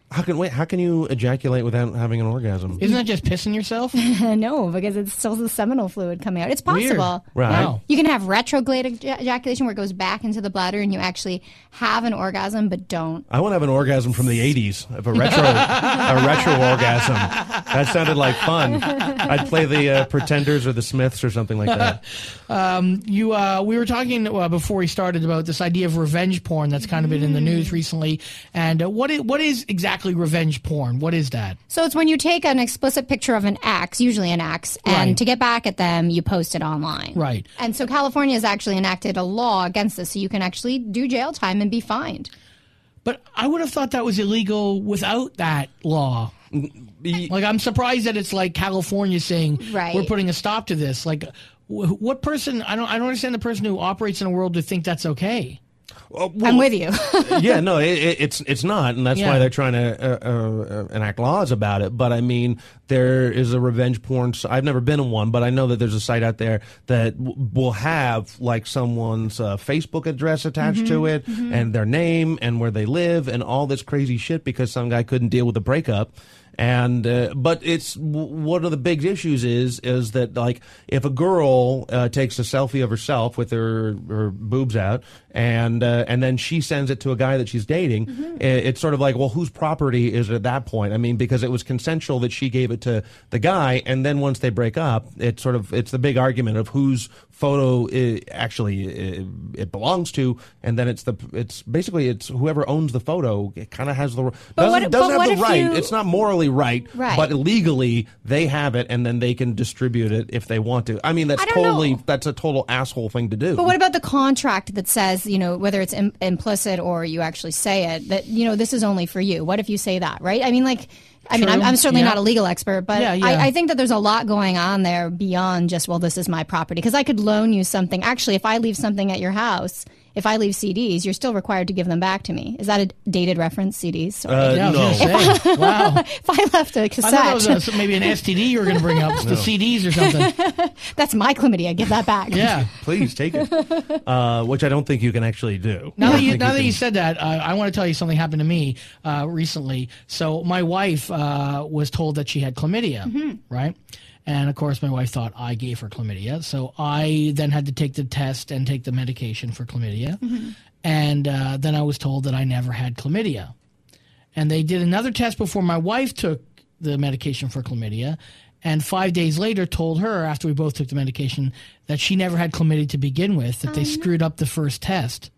How can wait? How can you ejaculate without having an orgasm? Isn't that just pissing yourself? no, because it's still the seminal fluid coming out. It's Weird. possible. Right. Wow. You can have retrograde eja- ejaculation where it goes back into the bladder and you actually have an orgasm but don't. I want to have an orgasm from the '80s, of a retro, a retro orgasm. That sounded like fun. I'd play the uh, Pretenders or the Smiths or something like that. you uh, we were talking uh, before we started about this idea of revenge porn that's kind of been in the Mm. news recently and uh, what is, what is exactly revenge porn what is that So it's when you take an explicit picture of an ex, usually an ex, and Right. to get back at them, you post it online. Right. And so California has actually enacted a law against this, so you can actually do jail time and be fined. but i would have thought that was illegal without that law Mm, like i'm surprised that it's like california saying Right. we're putting a stop to this like Wh- What person? I don't. I don't understand the person who operates in a world to think that's okay. I'm with you. yeah, no, it, it, it's it's not, and that's Yeah. why they're trying to uh, uh, uh, enact laws about it. But I mean, there is a revenge porn. s- I've never been in one, but I know that there's a site out there that w- will have like someone's uh, Facebook address attached to Mhm, it, mhm. and their name, and where they live, and all this crazy shit because some guy couldn't deal with the breakup. And uh, but it's w- one of the big issues is is that like if a girl uh, takes a selfie of herself with her, her boobs out and uh, and then she sends it to a guy that she's dating, Mm-hmm. i- it's sort of like well whose property is it at that point? I mean because it was consensual that she gave it to the guy, and then once they break up, it's sort of it's the big argument of whose photo i actually i it belongs to, and then it's the it's basically it's whoever owns the photo it kind of has the doesn't, But what- but doesn't have what the if right. you- It's not morally right, Right. but legally they have it, and then they can distribute it if they want to. I mean that's I don't totally that's a total asshole thing to do. Uh, But what about the contract that says, you know, whether it's Im- implicit or you actually say it, that, you know, this is only for you? What if you say that, right? I mean, like, I mean, I'm, True. I'm certainly Yeah. not a legal expert, but Yeah, yeah. I, I think that there's a lot going on there beyond just, well, this is my property. Because I could loan you something. Actually, if I leave something at your house, if I leave CDs, you're still required to give them back to me. Is that a dated reference, CDs? Uh, Yeah, I was gonna no. say. Wow. if I left a I cassette. thought that was a, maybe an STD you were going to bring up, the No. CDs or something. That's my chlamydia. Give that back. Yeah. Please take it, uh, which I don't think you can actually do. Now I that you think now that can- you said that, uh, I want to tell you something happened to me uh, recently. So my wife uh, was told that she had chlamydia, Mhm. right? And of course, my wife thought I gave her chlamydia. So I then had to take the test and take the medication for chlamydia, and uh, then I was told that I never had chlamydia. And they did another test before my wife took the medication for chlamydia. And five days later, told her after we both took the medication that she never had chlamydia to begin with, that they screwed up the first test.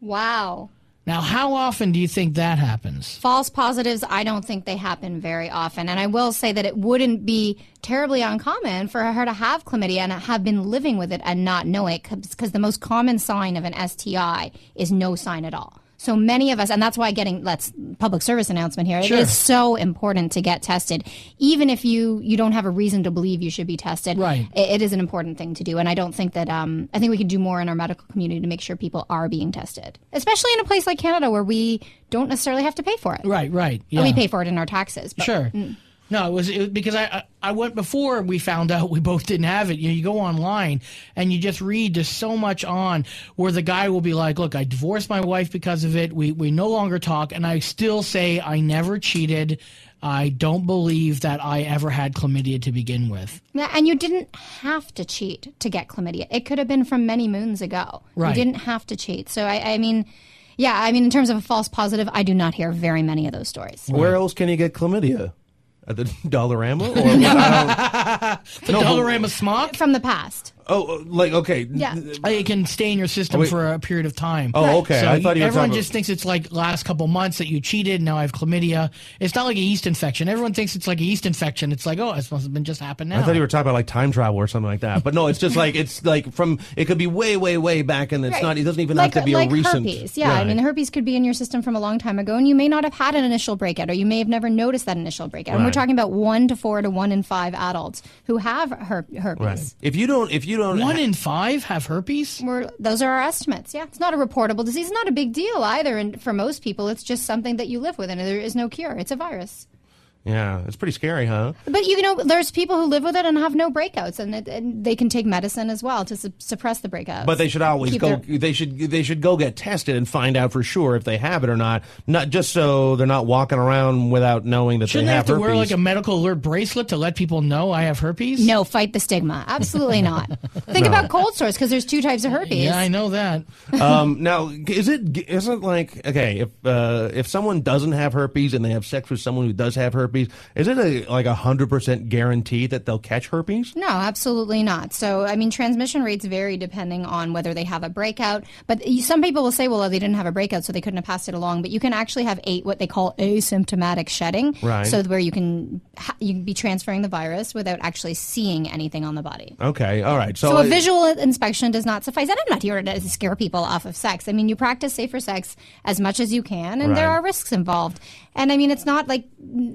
Wow. Now, how often do you think that happens? False positives, I don't think they happen very often. And I will say that it wouldn't be terribly uncommon for her to have chlamydia and have been living with it and not know it because the most common sign of an STI is no sign at all. So many of us, and that's why getting let's public service announcement here. Sure. It is so important to get tested, even if you you don't have a reason to believe you should be tested. Right, it is an important thing to do, and I don't think that um, I think we can do more in our medical community to make sure people are being tested, especially in a place like Canada where we don't necessarily have to pay for it. Right, right. And we yeah. pay for it in our taxes. but- Sure. Mm. No, it was, it was because I, I I went before we found out we both didn't have it. You, know, you go online and you just read there's so much on where the guy will be like, "Look, I divorced my wife because of it. We we no longer talk, and I still say I never cheated. I don't believe that I ever had chlamydia to begin with." Yeah, and you didn't have to cheat to get chlamydia. It could have been from many moons ago. Right. You didn't have to cheat. So I, I mean, yeah, I mean, in terms of a false positive, I do not hear very many of those stories. Where else can you get chlamydia? At the Dollarama? Or I don't- The No, but- Dollarama smock from the past. Oh, uh, like okay. Yeah. It can stay in your system Wait. for a period of time. Oh, okay. So I thought you were everyone talking just thinks it's like last couple months that you cheated. Now I have chlamydia. It's not like a yeast infection. Everyone thinks it's like a yeast infection. It's like, oh, it's must have been just happened now. I thought you were talking about like time travel or something like that, but no, it's just like it's like from it could be way, way, way back, and it's Right. not. It doesn't even like, have to be like a recent. herpes. Yeah, I mean, Right. herpes could be in your system from a long time ago, and you may not have had an initial breakout, or you may have never noticed that initial breakout. And we're Right. talking about one to four to one in five adults who have her- herpes. Right. If you don't, if you don't, one in five have herpes. We're, those are our estimates. Yeah, it's not a reportable disease. It's not a big deal either, and for most people, it's just something that you live with, and there is no cure. It's a virus. yeah, it's pretty scary, huh? But you know, there's people who live with it and have no breakouts, and, it, and they can take medicine as well to su- suppress the breakouts. But they should always Keep go. their- They should they should go get tested and find out for sure if they have it or not. Not just so they're not walking around without knowing that Shouldn't they I have have, to herpes. wear like a medical alert bracelet to let people know I have herpes? no, fight the stigma. Absolutely not. Think No. about cold sores because there's two types of herpes. Yeah, I know that. um, now, is it isn't like okay if uh, if someone doesn't have herpes and they have sex with someone who does have herpes, is it a like a hundred percent guarantee that they'll catch herpes? No, absolutely not. So, I mean, transmission rates vary depending on whether they have a breakout. But you- some people will say, well, they didn't have a breakout, so they couldn't have passed it along. But you can actually have eight, what they call asymptomatic shedding. Right. So, where you can, ha- you can be transferring the virus without actually seeing anything on the body. Okay, all right. So, So, a it- visual inspection does not suffice. And I'm not here to scare people off of sex. I mean, you practice safer sex as much as you can, and there Right. are risks involved. And I mean, it's not like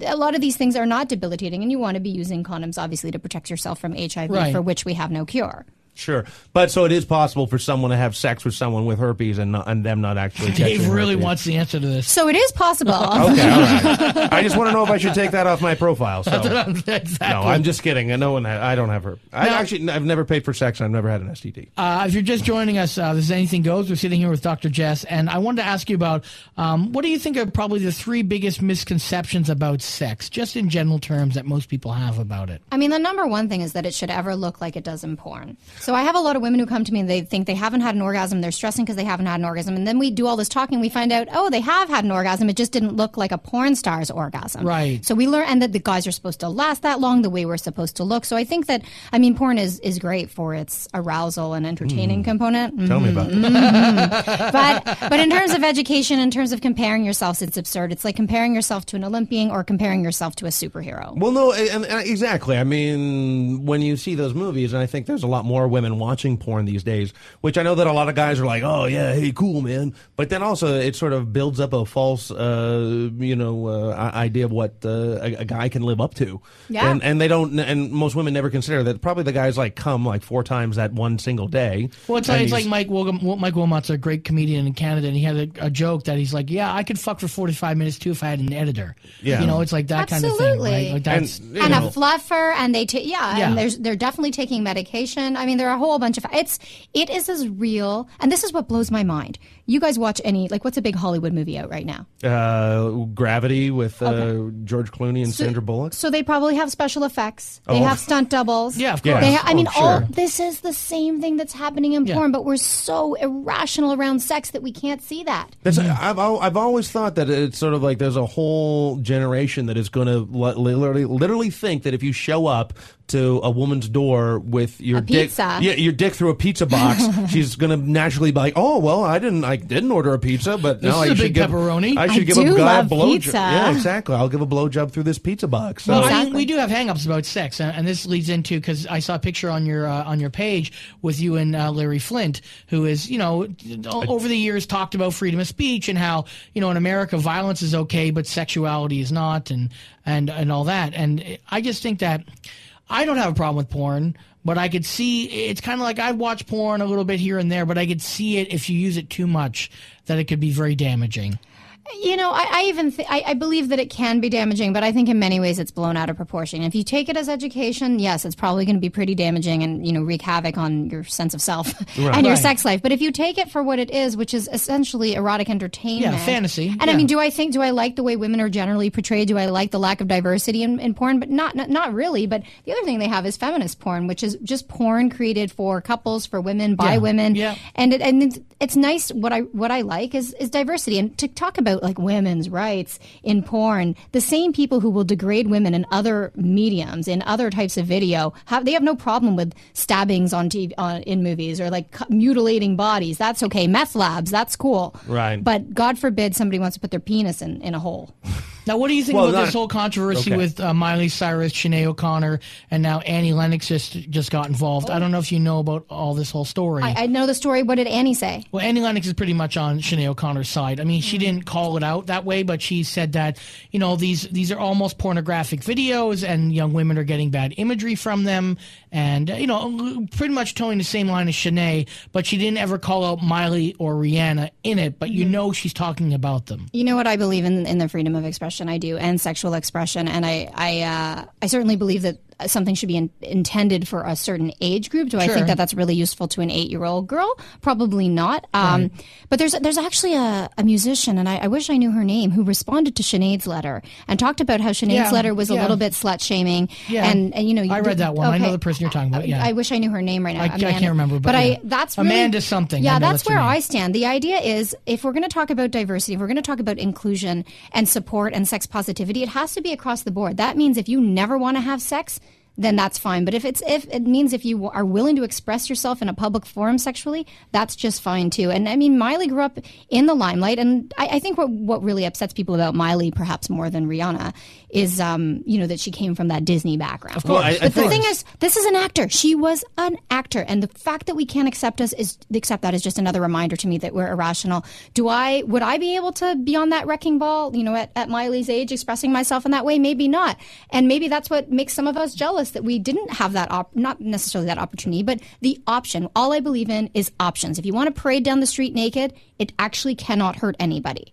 a lot of these things are not debilitating, and you want to be using condoms, obviously, to protect yourself from HIV, Right. for which we have no cure. Sure, but so it is possible for someone to have sex with someone with herpes and not, and them not actually. Dave catching really herpes. wants the answer to this. So it is possible. Okay, all right. I just want to know if I should take that off my profile. So. That's what I'm- exactly. No, I'm just kidding. No one. I don't have her. I No. actually, I've never paid for sex. and I've never had an STD. Uh, if you're just joining us, uh, this is Anything Goes. We're sitting here with Dr. Jess, and I wanted to ask you about um, what do you think are probably the three biggest misconceptions about sex, just in general terms, that most people have about it? I mean, the number one thing is that it should ever look like it does in porn. So I have a lot of women who come to me and they think they haven't had an orgasm. They're stressing because they haven't had an orgasm. And then we do all this talking. We find out, oh, they have had an orgasm. It just didn't look like a porn star's orgasm. Right. So we learn, and that the guys are supposed to last that long the way we're supposed to look. So I think that, I mean, porn is, is great for its arousal and entertaining component. Tell me Mm-hmm. Mhm. about it. Mhm. but but in terms of education, in terms of comparing yourselves, it's absurd. It's like comparing yourself to an Olympian or comparing yourself to a superhero. Well, no, and, and exactly. I mean, when you see those movies, and I think there's a lot more women watching porn these days, which I know that a lot of guys are like, "Oh yeah, hey, cool, man," but then also it sort of builds up a false, uh, you know, uh, i- idea of what uh, a, a guy can live up to. Yeah. and, and they don't, and most women never consider that. Probably the guys like come like four times that one single day. Well, it's And like, it's he's- like Mike Wilgum, Wil- Mike Wilmot's a great comedian in Canada, and he had a, a joke that he's like, "Yeah, I could fuck for forty five minutes too if I had an editor." Yeah. you know, it's like that kind of thing, right? Like that's and, a fluffer, and they take yeah, Yeah. and there's they're definitely taking medication. I mean, there are a whole bunch of it's it is as real, and this is what blows my mind. You guys watch any like what's a big Hollywood movie out right now? uh, Gravity with uh, George Clooney and So- Sandra Bullock. So they probably have special effects. They Oh. have stunt doubles. Yeah, of course. They ha- I Oh, mean, sure. all this is the same thing that's happening in porn, but we're so irrational around sex that we can't see that. That's, Mm-hmm. I've al- I've always thought that it's sort of like there's a whole generation that is going to literally literally think that if you show up to a woman's door with your A dick, pizza. yeah, your dick through a pizza box, she's going to naturally be like, oh well, I didn't I didn't order a pizza, but This now is I a should big give pepperoni. I should I give do a guy a love blow pizza. Yeah, exactly. I'll give a blowjob through this pizza box. So. Well, I mean, we do have hangups about sex, and, and this leads into because I saw a picture on your uh, on your page with you and uh, Larry Flint, who is you know o- over the years talked about freedom of speech and how you know in America violence is okay, but sexuality is not, and and and all that. And I just think that I don't have a problem with porn. But I could see it's kind of like I watch porn a little bit here and there, but I could see it if you use it too much that it could be very damaging. You know, I, I even th- I, I believe that it can be damaging, but I think in many ways it's blown out of proportion. If you take it as education, yes, it's probably going to be pretty damaging and you know wreak havoc on your sense of self Right. and your Right. sex life. But if you take it for what it is, which is essentially erotic entertainment, fantasy, And I yeah. mean, do I think do I like the way women are generally portrayed? Do I like the lack of diversity in, in porn? But not, not not really. But the other thing they have is feminist porn, which is just porn created for couples, for women, by Yeah. women Yeah. and it, and it's, it's nice what i what i like is is diversity and to talk about like women's rights in porn the same people who will degrade women in other mediums in other types of video have they have no problem with stabbings on tv on, in movies or like cu- mutilating bodies that's okay meth labs that's cool Right. but god forbid somebody wants to put their penis in in a hole Now, what do you think Well, about not- this whole controversy Okay. with uh, Miley Cyrus, Sinead O'Connor, and now Annie Lennox just just got involved? I don't know if you know about all this whole story. I, I know the story what did annie say well, Annie Lennox is pretty much on Sinead O'Connor's side. I mean, Mm-hmm. she didn't call it out that way, but she said that you know these these are almost pornographic videos, and young women are getting bad imagery from them, and uh, you know, pretty much towing the same line as Sinead, but she didn't ever call out Miley or Rihanna in it, but you Mm-hmm. know she's talking about them. You know what I believe in in the freedom of expression. I do, and sexual expression, and I I uh, I certainly believe that something should be in, intended for a certain age group. Do I Sure. think that that's really useful to an eight year old girl? Probably not. Um, But there's there's actually a, a musician, and I, I wish I knew her name, who responded to Sinead's letter and talked about how Sinead's Yeah, letter was a yeah. little bit slut shaming. Yeah, and, and you know I you- read that one. I know okay. the person you're talking about. Yeah, I wish I knew her name right now. I- I can't remember, but yeah. I that's really, Amanda something. I Yeah, know that's, that's her where name. I stand. The idea is if we're going to talk about diversity, if we're going to talk about inclusion and support and sex positivity, it has to be across the board. That means if you never want to have sex, then that's fine. But if it's if it means if you are willing to express yourself in a public forum sexually, that's just fine too. And I mean, Miley grew up in the limelight, and I, I think what what really upsets people about Miley, perhaps more than Rihanna, is um, you know that she came from that Disney background. Of course. Well, I- I but the think- thing is, this is an actor. She was an actor, and the fact that we can't accept us is accept that is just another reminder to me that we're irrational. Do I would I be able to be on that wrecking ball? You know, at, at Miley's age, expressing myself in that way, maybe not, and maybe that's what makes some of us jealous us that we didn't have that op- not necessarily that opportunity, but the option. All I believe in is options. If you want to parade down the street naked, it actually cannot hurt anybody.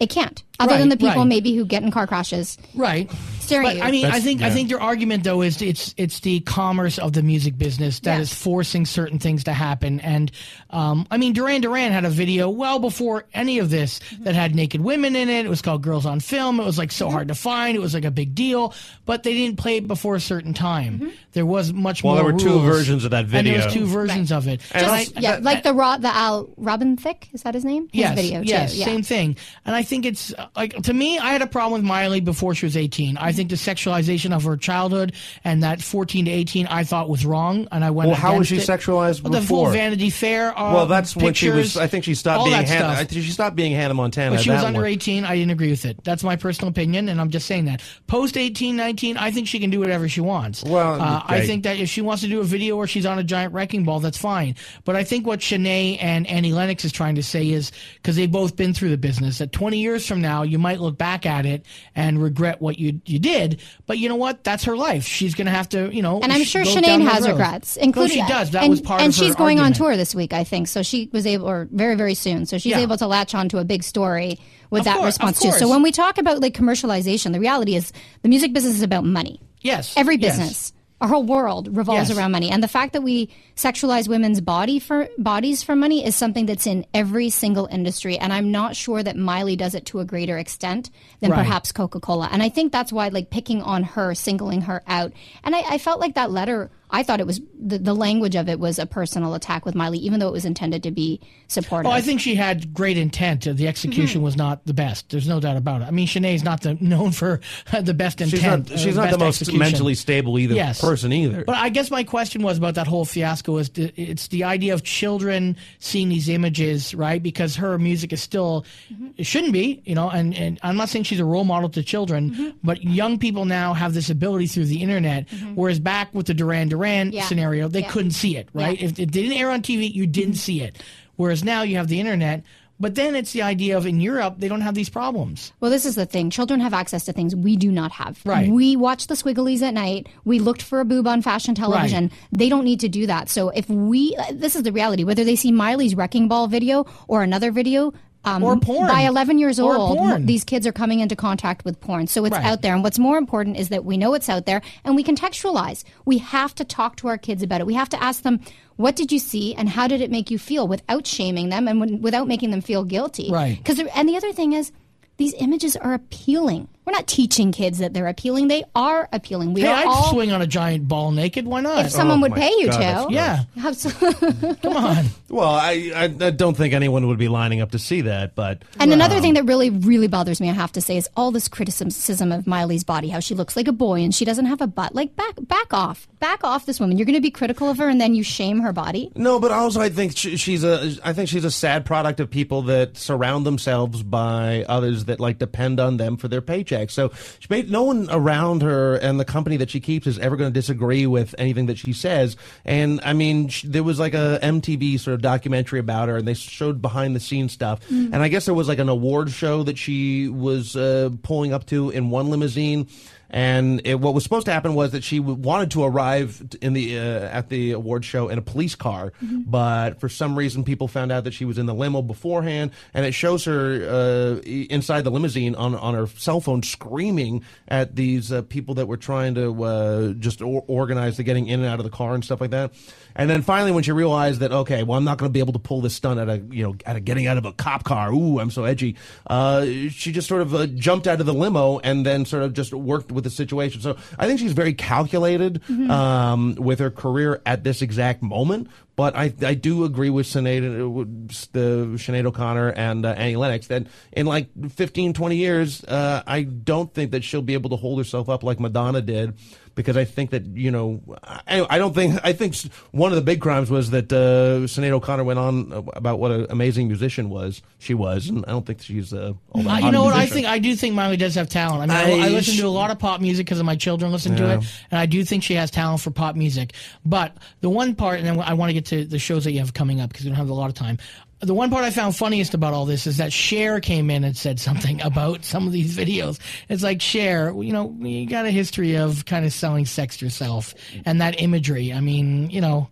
It can't, other than the Right, people right. maybe who get in car crashes. Right. Staring But at you. I mean, I That's- think I yeah. think your argument though is it's it's the commerce of the music business that is forcing certain things to happen. And um, I mean, Duran Duran had a video well before any of this that had naked women in it. It was called Girls on Film. It was like so hard to find. It was like a big deal, but they didn't play it before a certain time. There was much Well, more. there were two rules, versions of that and there was video. two versions of it. Just- And I- yeah, like the Ro- the Al Robin Thicke is that his name? His yes, video yes, too. Yeah. same thing. And I think it's uh, like to me, I had a problem with Miley before she was eighteen. Mm-hmm. I think the sexualization of her childhood and that fourteen to eighteen, I thought was wrong, and I went. Well, how was against she it. sexualized Well, The full before? Vanity Fair. Um, well, that's when she was. pictures, I think she stopped all being that Hannah. stuff. I think she stopped being Hannah Montana. When at she was that under one. 18, I didn't agree with it. That's my personal opinion, and I'm just saying that. Post 18, 19, I think she can do whatever she wants. Well, uh, I okay. think that if she wants to do a video where she's on a giant wrecking ball, that's fine. But I think what Shanae and Annie Lennox is trying to say is because they've both been through the business that 20 years from now, you might look back at it and regret what you you did. But you know what? That's her life. She's going to have to, you know. And I'm she sure goes down Shanae that has road. regrets, No, including she does. That and, was part And of her she's going argument. on tour this week, I think. So she was able, or very very soon. So she's Yeah. able to latch onto a big story with Of that course, response of too. So course. when we talk about like commercialization, the reality is the music business is about money. Yes. Every yes. business, our whole world revolves Yes. around money, and the fact that we sexualize women's body for bodies for money is something that's in every single industry. And I'm not sure that Miley does it to a greater extent than Right. perhaps Coca Cola. And I think that's why, like, picking on her, singling her out, and I, I felt like that letter. I thought it was the, the language of it was a personal attack with Miley, even though it was intended to be supportive. Well, Oh, I think she had great intent. Uh, The execution Mm-hmm. was not the best. There's no doubt about it. I mean, Shanae's not the known for the best She's intent. not. uh, She's not best the most execution. mentally stable either Yes. person either. But I guess my question was about that whole fiasco. Is the, it's the idea of children seeing these images, right? Because her music is still, Mm-hmm. it shouldn't be, you know. And, and I'm not saying she's a role model to children, Mm-hmm. but young people now have this ability through the internet. Whereas back with the Duran Duran Yeah. scenario, they Yeah. couldn't see it, right? If it didn't air on TV, you Mm-hmm. didn't see it. Whereas now you have the internet. But then it's the idea of in Europe they don't have these problems. Well, this is the thing. Children have access to things we do not have. Right. We watch the squigglies at night. We looked for a boob on fashion television. Right. They don't need to do that. So if we, this is the reality. Whether they see Miley's wrecking ball video or another video. Um, Or porn. By 11 years Or old, porn. these kids are coming into contact with porn. So it's Right. out there. And what's more important is that we know it's out there and we contextualize. We have to talk to our kids about it. We have to ask them, what did you see and how did it make you feel without shaming them and when, without making them feel guilty? Right. Because and the other thing is, these images are appealing. We're not teaching kids that they're appealing. They are appealing. We hey, are I'd all. swing on a giant ball naked. Why not? if someone would pay you to, yeah. Absolutely. Come on. Well, I, I I don't think anyone would be lining up to see that. But And another um, thing that really, really bothers me, I have to say, is all this criticism of Miley's body, how she looks like a boy and she doesn't have a butt. Like, back, back off, back off, this woman. You're going to be critical of her, and then you shame her body. No, but also I think she, she's a I think she's a sad product of people that surround themselves by others that like depend on them for their paycheck. So she made, no one around her and the company that she keeps is ever going to disagree with anything that she says. And I mean, sh there was like a MTV sort of documentary about her, and they showed behind the scenes stuff. Mm. And I guess there was like an award show that she was uh, pulling up to in one limousine. And it, what was supposed to happen was that she w- wanted to arrive t- in the uh, at the award show in a police car, Mhm. but for some reason people found out that she was in the limo beforehand, and it shows her uh, i- inside the limousine on on her cell phone screaming at these uh, people that were trying to uh, just or- organize the getting in and out of the car and stuff like that. And then finally, when she realized that okay, well I'm not going to be able to pull this stunt out of you know out of getting out of a cop car. Ooh, I'm so edgy. Uh, she just sort of uh, jumped out of the limo and then sort of just worked with the situation. So I think she's very calculated Mhm. um, with her career at this exact moment. But I, I do agree with Sinead, uh, with the Sinead O'Connor and uh, Annie Lennox that in like 15, 20 years, uh, I don't think that she'll be able to hold herself up like Madonna did. Because I think that you know, I, I don't think I think s- one of the big crimes was that uh, Sinead O'Connor went on about what an amazing musician was she was, and I don't think she's uh, all that Uh, hot you a know what? I musician. think I do think Miley does have talent. I mean, I, I I listen sh- to a lot of pop music because of my children listen Yeah. to it, and I do think she has talent for pop music. But the one part, and then I want to get to the shows that you have coming up because we don't have a lot of time. the one part I found funniest about all this is that Cher came in and said something about some of these videos. It's like Cher, you know, you got a history of kind of selling sex yourself and that imagery. I mean, you know,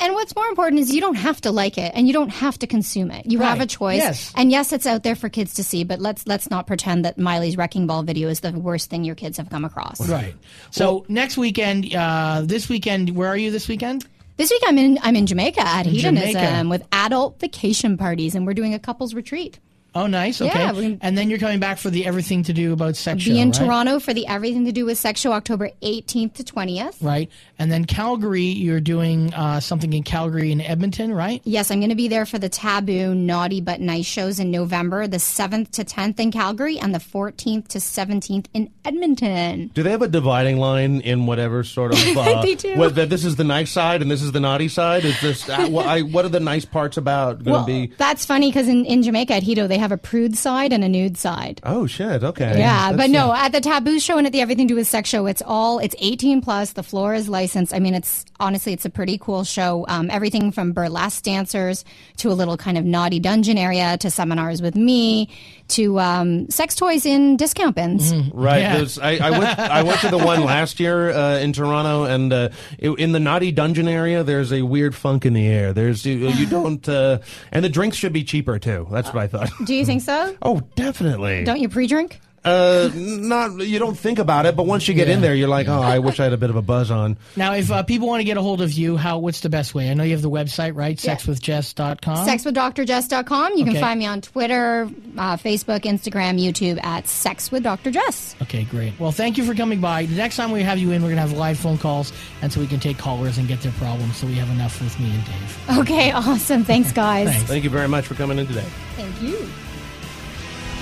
And what's more important is you don't have to like it and you don't have to consume it. You have a Right. choice. Yes. And yes, it's out there for kids to see, but let's let's not pretend that Miley's wrecking ball video is the worst thing your kids have come across. right. So next weekend, uh, this weekend, where are you this weekend? This week I'm in I'm in Jamaica at In Hedonism Jamaica. with adult vacation parties and we're doing a couples retreat. Oh, nice. Okay. Yeah, we- and then you're coming back for the everything to do about sex. Be show, in right? Toronto for the everything to do with sex show October 18th to 20th. Right. And then Calgary, you're doing uh, something in Calgary and Edmonton, right? Yes, I'm going to be there for the Taboo Naughty But Nice shows in November, the 7th to 10th in Calgary and the 14th to 17th in Edmonton. Do they have a dividing line in whatever sort of? Uh, They do. Whether this is the nice side and this is the naughty side. Is this? uh, wh- I, what are the nice parts about going to Well, be? that's funny because in, in Jamaica at Hito, they have a prude side and a nude side. Oh shit! Okay. yeah, That's, but no, uh, at the Taboo show and at the Everything to Do with Sex show, it's all, it's 18 plus. The floor is licensed. I mean, it's honestly, it's a pretty cool show. Um, everything from burlesque dancers to a little kind of naughty dungeon area to seminars with me to um, sex toys in discount bins. Right. There's, I, I went. I went to the one last year uh, in Toronto, and uh, i- in the naughty dungeon area, there's a weird funk in the air. There's you, you don't, uh, and the drinks should be cheaper too. That's what I thought. Do you think so? Oh, definitely. Don't you pre-drink? Uh, not you don't think about it, but once you get in there, you're like, oh, I wish I had a bit of a buzz on. Now, if uh, people want to get a hold of you, how what's the best way? I know you have the website, right? Yeah. Sexwithjess.com. Sexwithdrjess.com. You Uh-huh. Okay. can find me on Twitter, uh, Facebook, Instagram, YouTube at Sex with Dr. Jess. Okay, great. Well, thank you for coming by. The next time we have you in, we're going to have live phone calls, and so we can take callers and get their problems so we have enough with me and Dave. Okay, awesome. Thanks, guys. Thank you very much for coming in today. Thank you.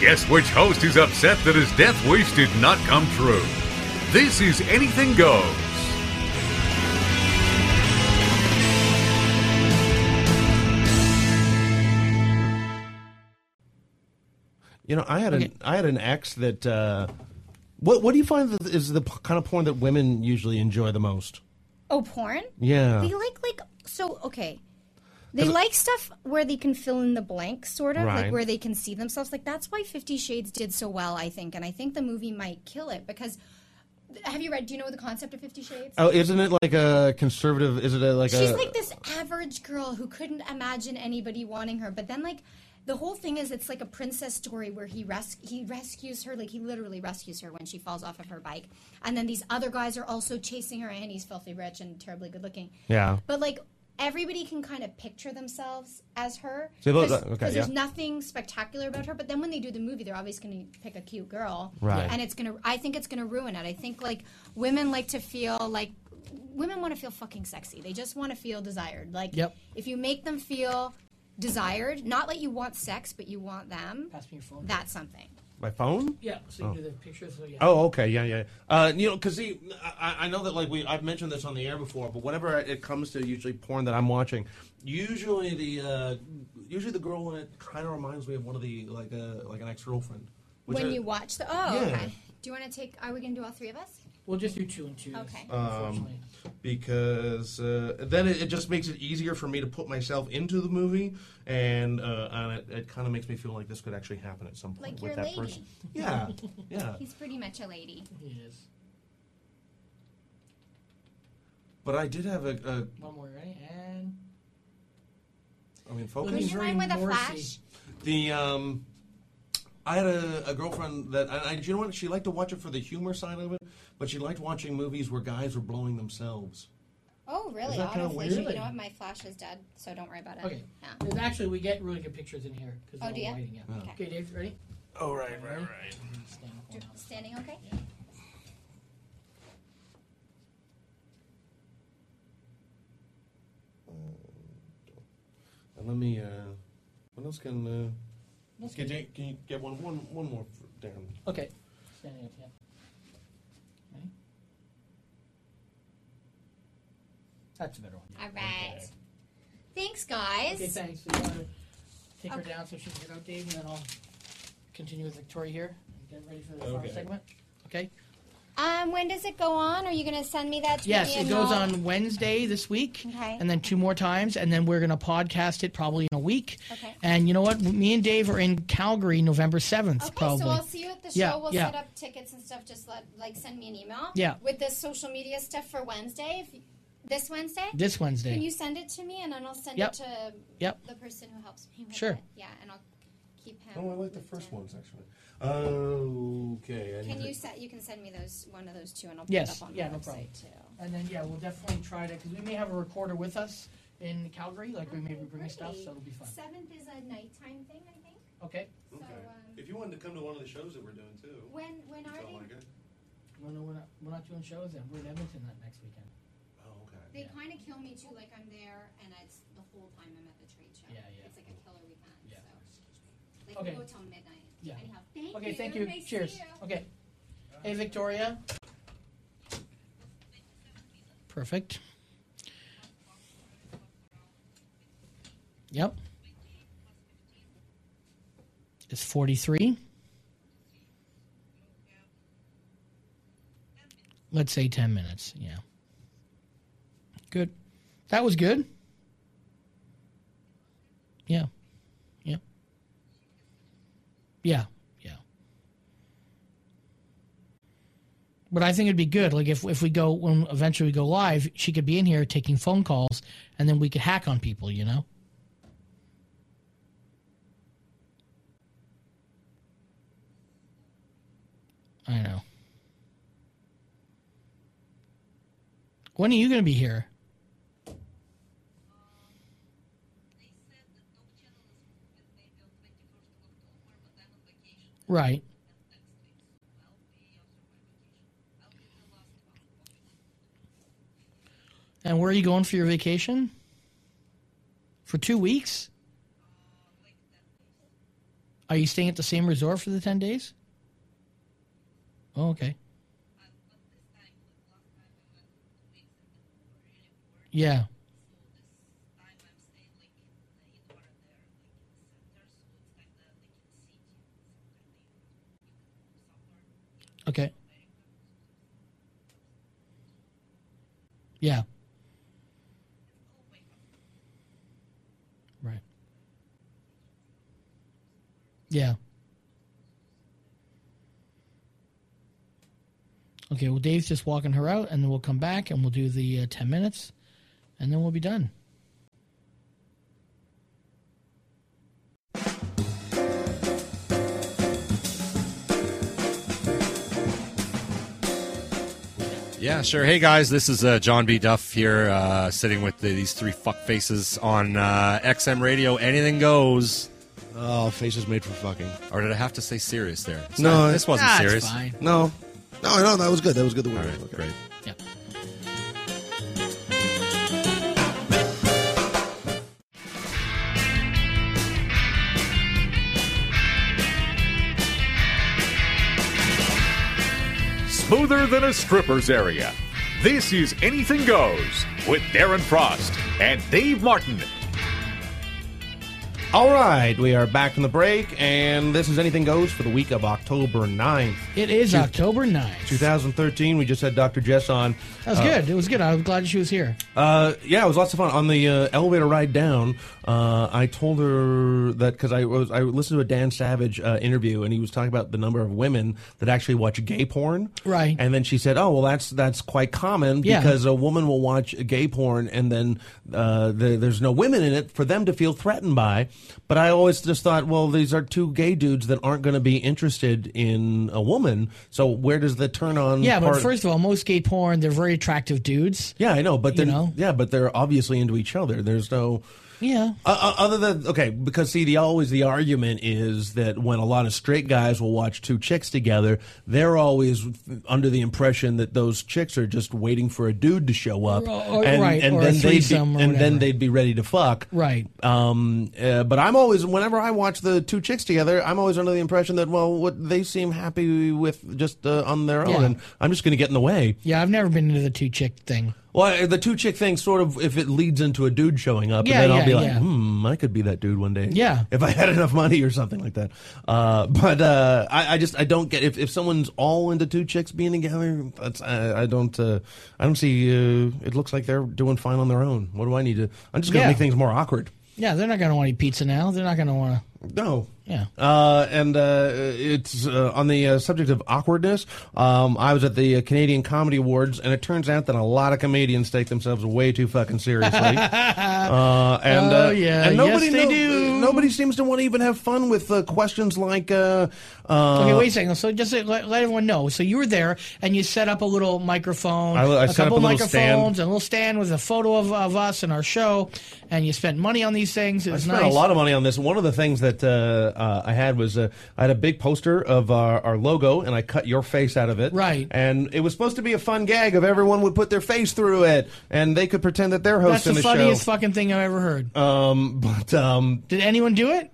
Guess which host is upset that his death wish did not come true? This is Anything Goes. You know, I had an I had an ex that. Uh, what what do you find that is the p- kind of porn that women usually enjoy the most? Oh, porn? Yeah. They like, like, so, okay. They like stuff where they can fill in the blanks, sort of, Right. like where they can see themselves. Like, that's why Fifty Shades did so well, I think. And I think the movie might kill it because. Have you read? Do you know the concept of Fifty Shades? Oh, isn't it like a conservative? Is it a, like She's a? like this average girl who couldn't imagine anybody wanting her, but then like the whole thing is it's like a princess story where he res- he rescues her, like he literally rescues her when she falls off of her bike. And then these other guys are also chasing her and he's filthy rich and terribly good looking. Yeah. But like everybody can kind of picture themselves as her So those- because okay, there's yeah. nothing spectacular about her but then when they do the movie they're obviously going to pick a cute girl Right. and it's going to i think it's going to ruin it i think like women like to feel like women want to feel fucking sexy. They just want to feel desired. Like Yep. if you make them feel desired, not like you want sex, but you want them. Pass me your phone. That's something. my phone. Yeah, so you do the picture. So yeah. Oh, okay, yeah, yeah. Uh, you know, because see, I, I know that like we, I've mentioned this on the air before, but whenever it comes to usually porn that I'm watching, usually the uh, usually the girl in it kind of reminds me of one of the like a like an ex girlfriend. when you watch the oh, Yeah. okay. Do you want to take? Are we gonna do all three of us? We'll just do two and two. Okay. unfortunately. Um. because uh, then it, it just makes it easier for me to put myself into the movie, and, uh, and it, it kind of makes me feel like this could actually happen at some point Like with your that lady. person. Yeah, yeah. He's pretty much a lady. Yes. But I did have a, One more, right? And a I mean, He's focus. Would you very mind with a Morrissey. flash? The um, I had a, a girlfriend that and I, you know what she liked to watch it for the humor side of it, but she liked watching movies where guys were blowing themselves. Oh, really? that kinda Honestly, weird? you know what? My flash is dead, so don't worry about it. okay. Yeah. Actually, we get really good pictures in here because Oh, do ya? lighting. Yeah. Okay. Okay, Dave, ready? Oh right, right, Do- Standing okay? Let me. Uh, what else can? Uh, can, you, can you get one one one more for Darren? Okay. Standing up, yeah. Ready? That's a better one. All right. Thanks, guys. Okay, thanks. So you want to take her Okay. down so she can get out, Dave, and then I'll continue with Victoria here and get ready for the final Okay. segment. Okay. Um, when does it go on? Are you going to send me that? to Yes, me it and goes I'll- on Wednesday this week, Okay. and then two more times, and then we're going to podcast it probably in a week. Okay. And you know what? Me and Dave are in Calgary November seventh, Okay, probably. so I'll see you at the show. Yeah, we'll yeah. set up tickets and stuff. Just let, like send me an email. Yeah. With the social media stuff for Wednesday, if, this Wednesday. This Wednesday. Can you send it to me, and then I'll send Yep. it to Yep. the person who helps me with Sure. it. Yeah, and I'll keep him. Oh, I like the first ones actually. Okay. I Can need you set? You can send me those one of those two, and I'll put Yes. it up on Yeah, the no website problem. too. And then yeah, we'll definitely try to because we may have a recorder with us in Calgary, like we may be bringing stuff, so it'll be fun. Seventh is a nighttime thing, I think. Okay. So Okay. um, If you wanted to come to one of the shows that we're doing too. when when are Something they? like that. Well, no, we're not, we're not doing shows then. We're in Edmonton that next weekend. Oh, okay. They kind of kill me too. Like I'm there, and it's the whole time I'm at the trade show. Yeah, yeah. It's like a killer weekend. Yeah. So. Like Okay. we'll go till midnight. Yeah. Anyhow, thank okay. you. Thank you. Nice to Cheers. you. Okay. Hey, Victoria. Perfect. Yep. It's 43. Let's say 10 minutes. Yeah. Good. That was good. Yeah. Yeah. Yeah. Yeah. But I think it'd be good. Like if if we go when eventually we go live, she could be in here taking phone calls, and then we could hack on people. You know. I know. When are you going to be here? Right. And where are you going for your vacation? For two weeks? Are you staying at the same resort for the 10 days? Oh, okay. Yeah. Okay. Yeah. Right. Yeah. Okay, well, Dave's just walking her out, and then we'll come back and we'll do the uh, 10 minutes, and then we'll be done. Yeah, sure. Hey guys, this is uh, John B. Duff here, uh, sitting with the, these three fuck faces on uh, XM Radio. Anything goes. Oh, faces made for fucking. Or did I have to say serious there? It's No, not- it- this wasn't Nah, it's serious. fine. No, No, no, that was good. That was good. The All right, great. Yeah. Smoother than a stripper's area. This is Anything Goes with Darren Frost and Dave Martin. All right, we are back from the break, and this is Anything Goes for the week of October 9th. It is Two- October 9th. 2013. We just had Dr. Jess on. That was Uh, good. It was good. I'm glad she was here. Uh, yeah, it was lots of fun. On the uh, elevator ride down, uh, I told her that because I was I listened to a Dan Savage uh, interview and he was talking about the number of women that actually watch gay porn. Right. And then she said, "Oh, well, that's that's quite common Yeah. because a woman will watch gay porn and then uh, the, there's no women in it for them to feel threatened by." But I always just thought, well, these are two gay dudes that aren't going to be interested in a woman. So where does the turn on? Yeah, but part- first of all, most gay porn, they're very attractive dudes. yeah, I know, but You they're know? yeah, but they're obviously into each other. There's no Yeah. uh, uh, other than okay, because see, the always the argument is that when a lot of straight guys will watch two chicks together, they're always under the impression that those chicks are just waiting for a dude to show up, Or- or- and, right, and or a then they'd be, threesome or and whatever. then they'd be ready to fuck, Right. Um, uh, but I'm always whenever I watch the two chicks together, I'm always under the impression that well, what they seem happy with just uh, on their own, Yeah. and I'm just going to get in the way. Yeah, I've never been into the two chick thing. Well, the two chick thing sort of if it leads into a dude showing up, and Yeah, then yeah, I'll be like, yeah. hmm, um, I could be that dude one day. Yeah. If I had enough money or something like that. Uh, but uh, I, I just I don't get if, if someone's all into two chicks being together. That's I, I don't uh, I don't see. Uh, it looks like they're doing fine on their own. What do I need to? I'm just gonna Yeah. make things more awkward. Yeah, they're not going to want to eat pizza now. They're not going to want to. No. Yeah. Uh, and uh, it's uh, on the uh, subject of awkwardness. Um, I was at the uh, Canadian Comedy Awards, and it turns out that a lot of comedians take themselves way too fucking seriously. uh, and Oh, uh, yeah. and nobody Yes, they no- do. Nobody seems to want to even have fun with uh, questions like. Uh, uh, okay, wait a second. So just to let, let everyone know. So you were there and you set up a little microphone, I- I a set up couple a little microphones, stand. and a little stand with a photo of, of us and our show, and you spent money on these things. It I was spent nice. a lot of money on this. One of the things that uh, uh, I had was uh, I had a big poster of our, our logo, and I cut your face out of it. Right. And it was supposed to be a fun gag of everyone would put their face through it, and they could pretend that they're That's hosting the funniest show. fucking thing I've ever heard. um, but um, did anyone do it?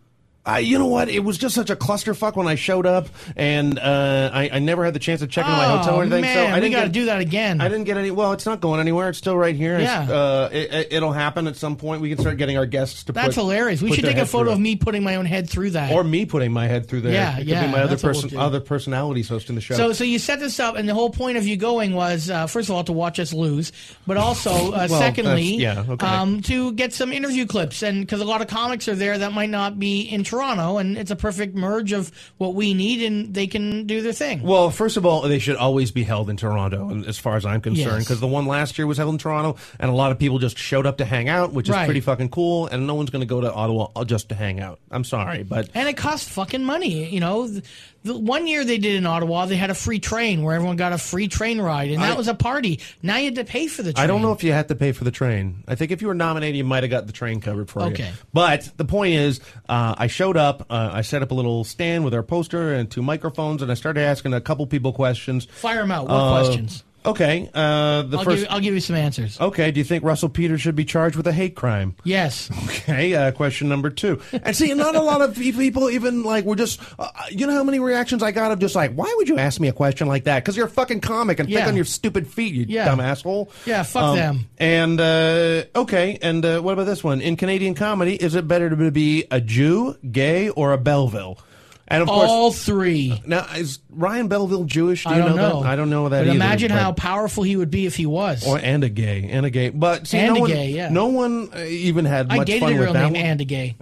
I, you know what? It was just such a clusterfuck when I showed up, and uh, I, I never had the chance to check in my Oh, hotel or anything. man, so I we didn't gotta get, do that again. I didn't get any. Well, it's not going anywhere. It's still right here. It's, Yeah. uh, it- it, it'll happen at some point. We can start getting our guests to. That's put- hilarious. We put should their take a head through photo it of me putting my own head through that. or me putting my head through there. Yeah, it could yeah, Be my other that's what we'll person, do. other personalities hosting the show. So, so you set this up, and the whole point of you going was, uh, first of all, to watch us lose, but also, uh, Well, secondly, that's- yeah, okay. um, to get some interview clips, and because a lot of comics are there that might not be in Toronto, and it's a perfect merge of what we need, and they can do their thing. well, first of all, they should always be held in Toronto, and as far as I'm concerned, Yes. because the one last year was held in Toronto, and a lot of people just showed up to hang out, which is Right. pretty fucking cool. And no one's going to go to Ottawa uh, just to hang out. I'm sorry, but And it costs fucking money, you know. The, the one year they did in Ottawa, they had a free train where everyone got a free train ride, and that I- was a party. Now you had to pay for the train. I don't know if you had to pay for the train. I think if you were nominated, you might have got the train covered for you. Okay. But the point is, uh, I showed up. Uh, I set up a little stand with our poster and two microphones, and I started asking a couple people questions. Fire 'em out. What Uh, questions? Okay. Uh, the I'll, first. Uh, give, I'll give you some answers. Okay, do you think Russell Peters should be charged with a hate crime? Yes. Okay, uh, question number two. And see, not a lot of pe- people even like were just, uh, you know how many reactions I got of just like, why would you ask me a question like that? Because you're a fucking comic and Yeah. think on your stupid feet, you Yeah. dumb asshole. Um, Yeah, fuck them. And, uh, okay, and uh, what about this one? In Canadian comedy, is it better to be a Jew, gay, or a Belleville? And of All course, three. Now, is Ryan Belleville Jewish? Do Oh. I you don't know, know. that? I don't know that But either, imagine but- how powerful he would be if he was. or and a gay and a gay, but see, And no a one, gay, yeah. no one uh, even had I much dated fun a with real that name one. and a gay.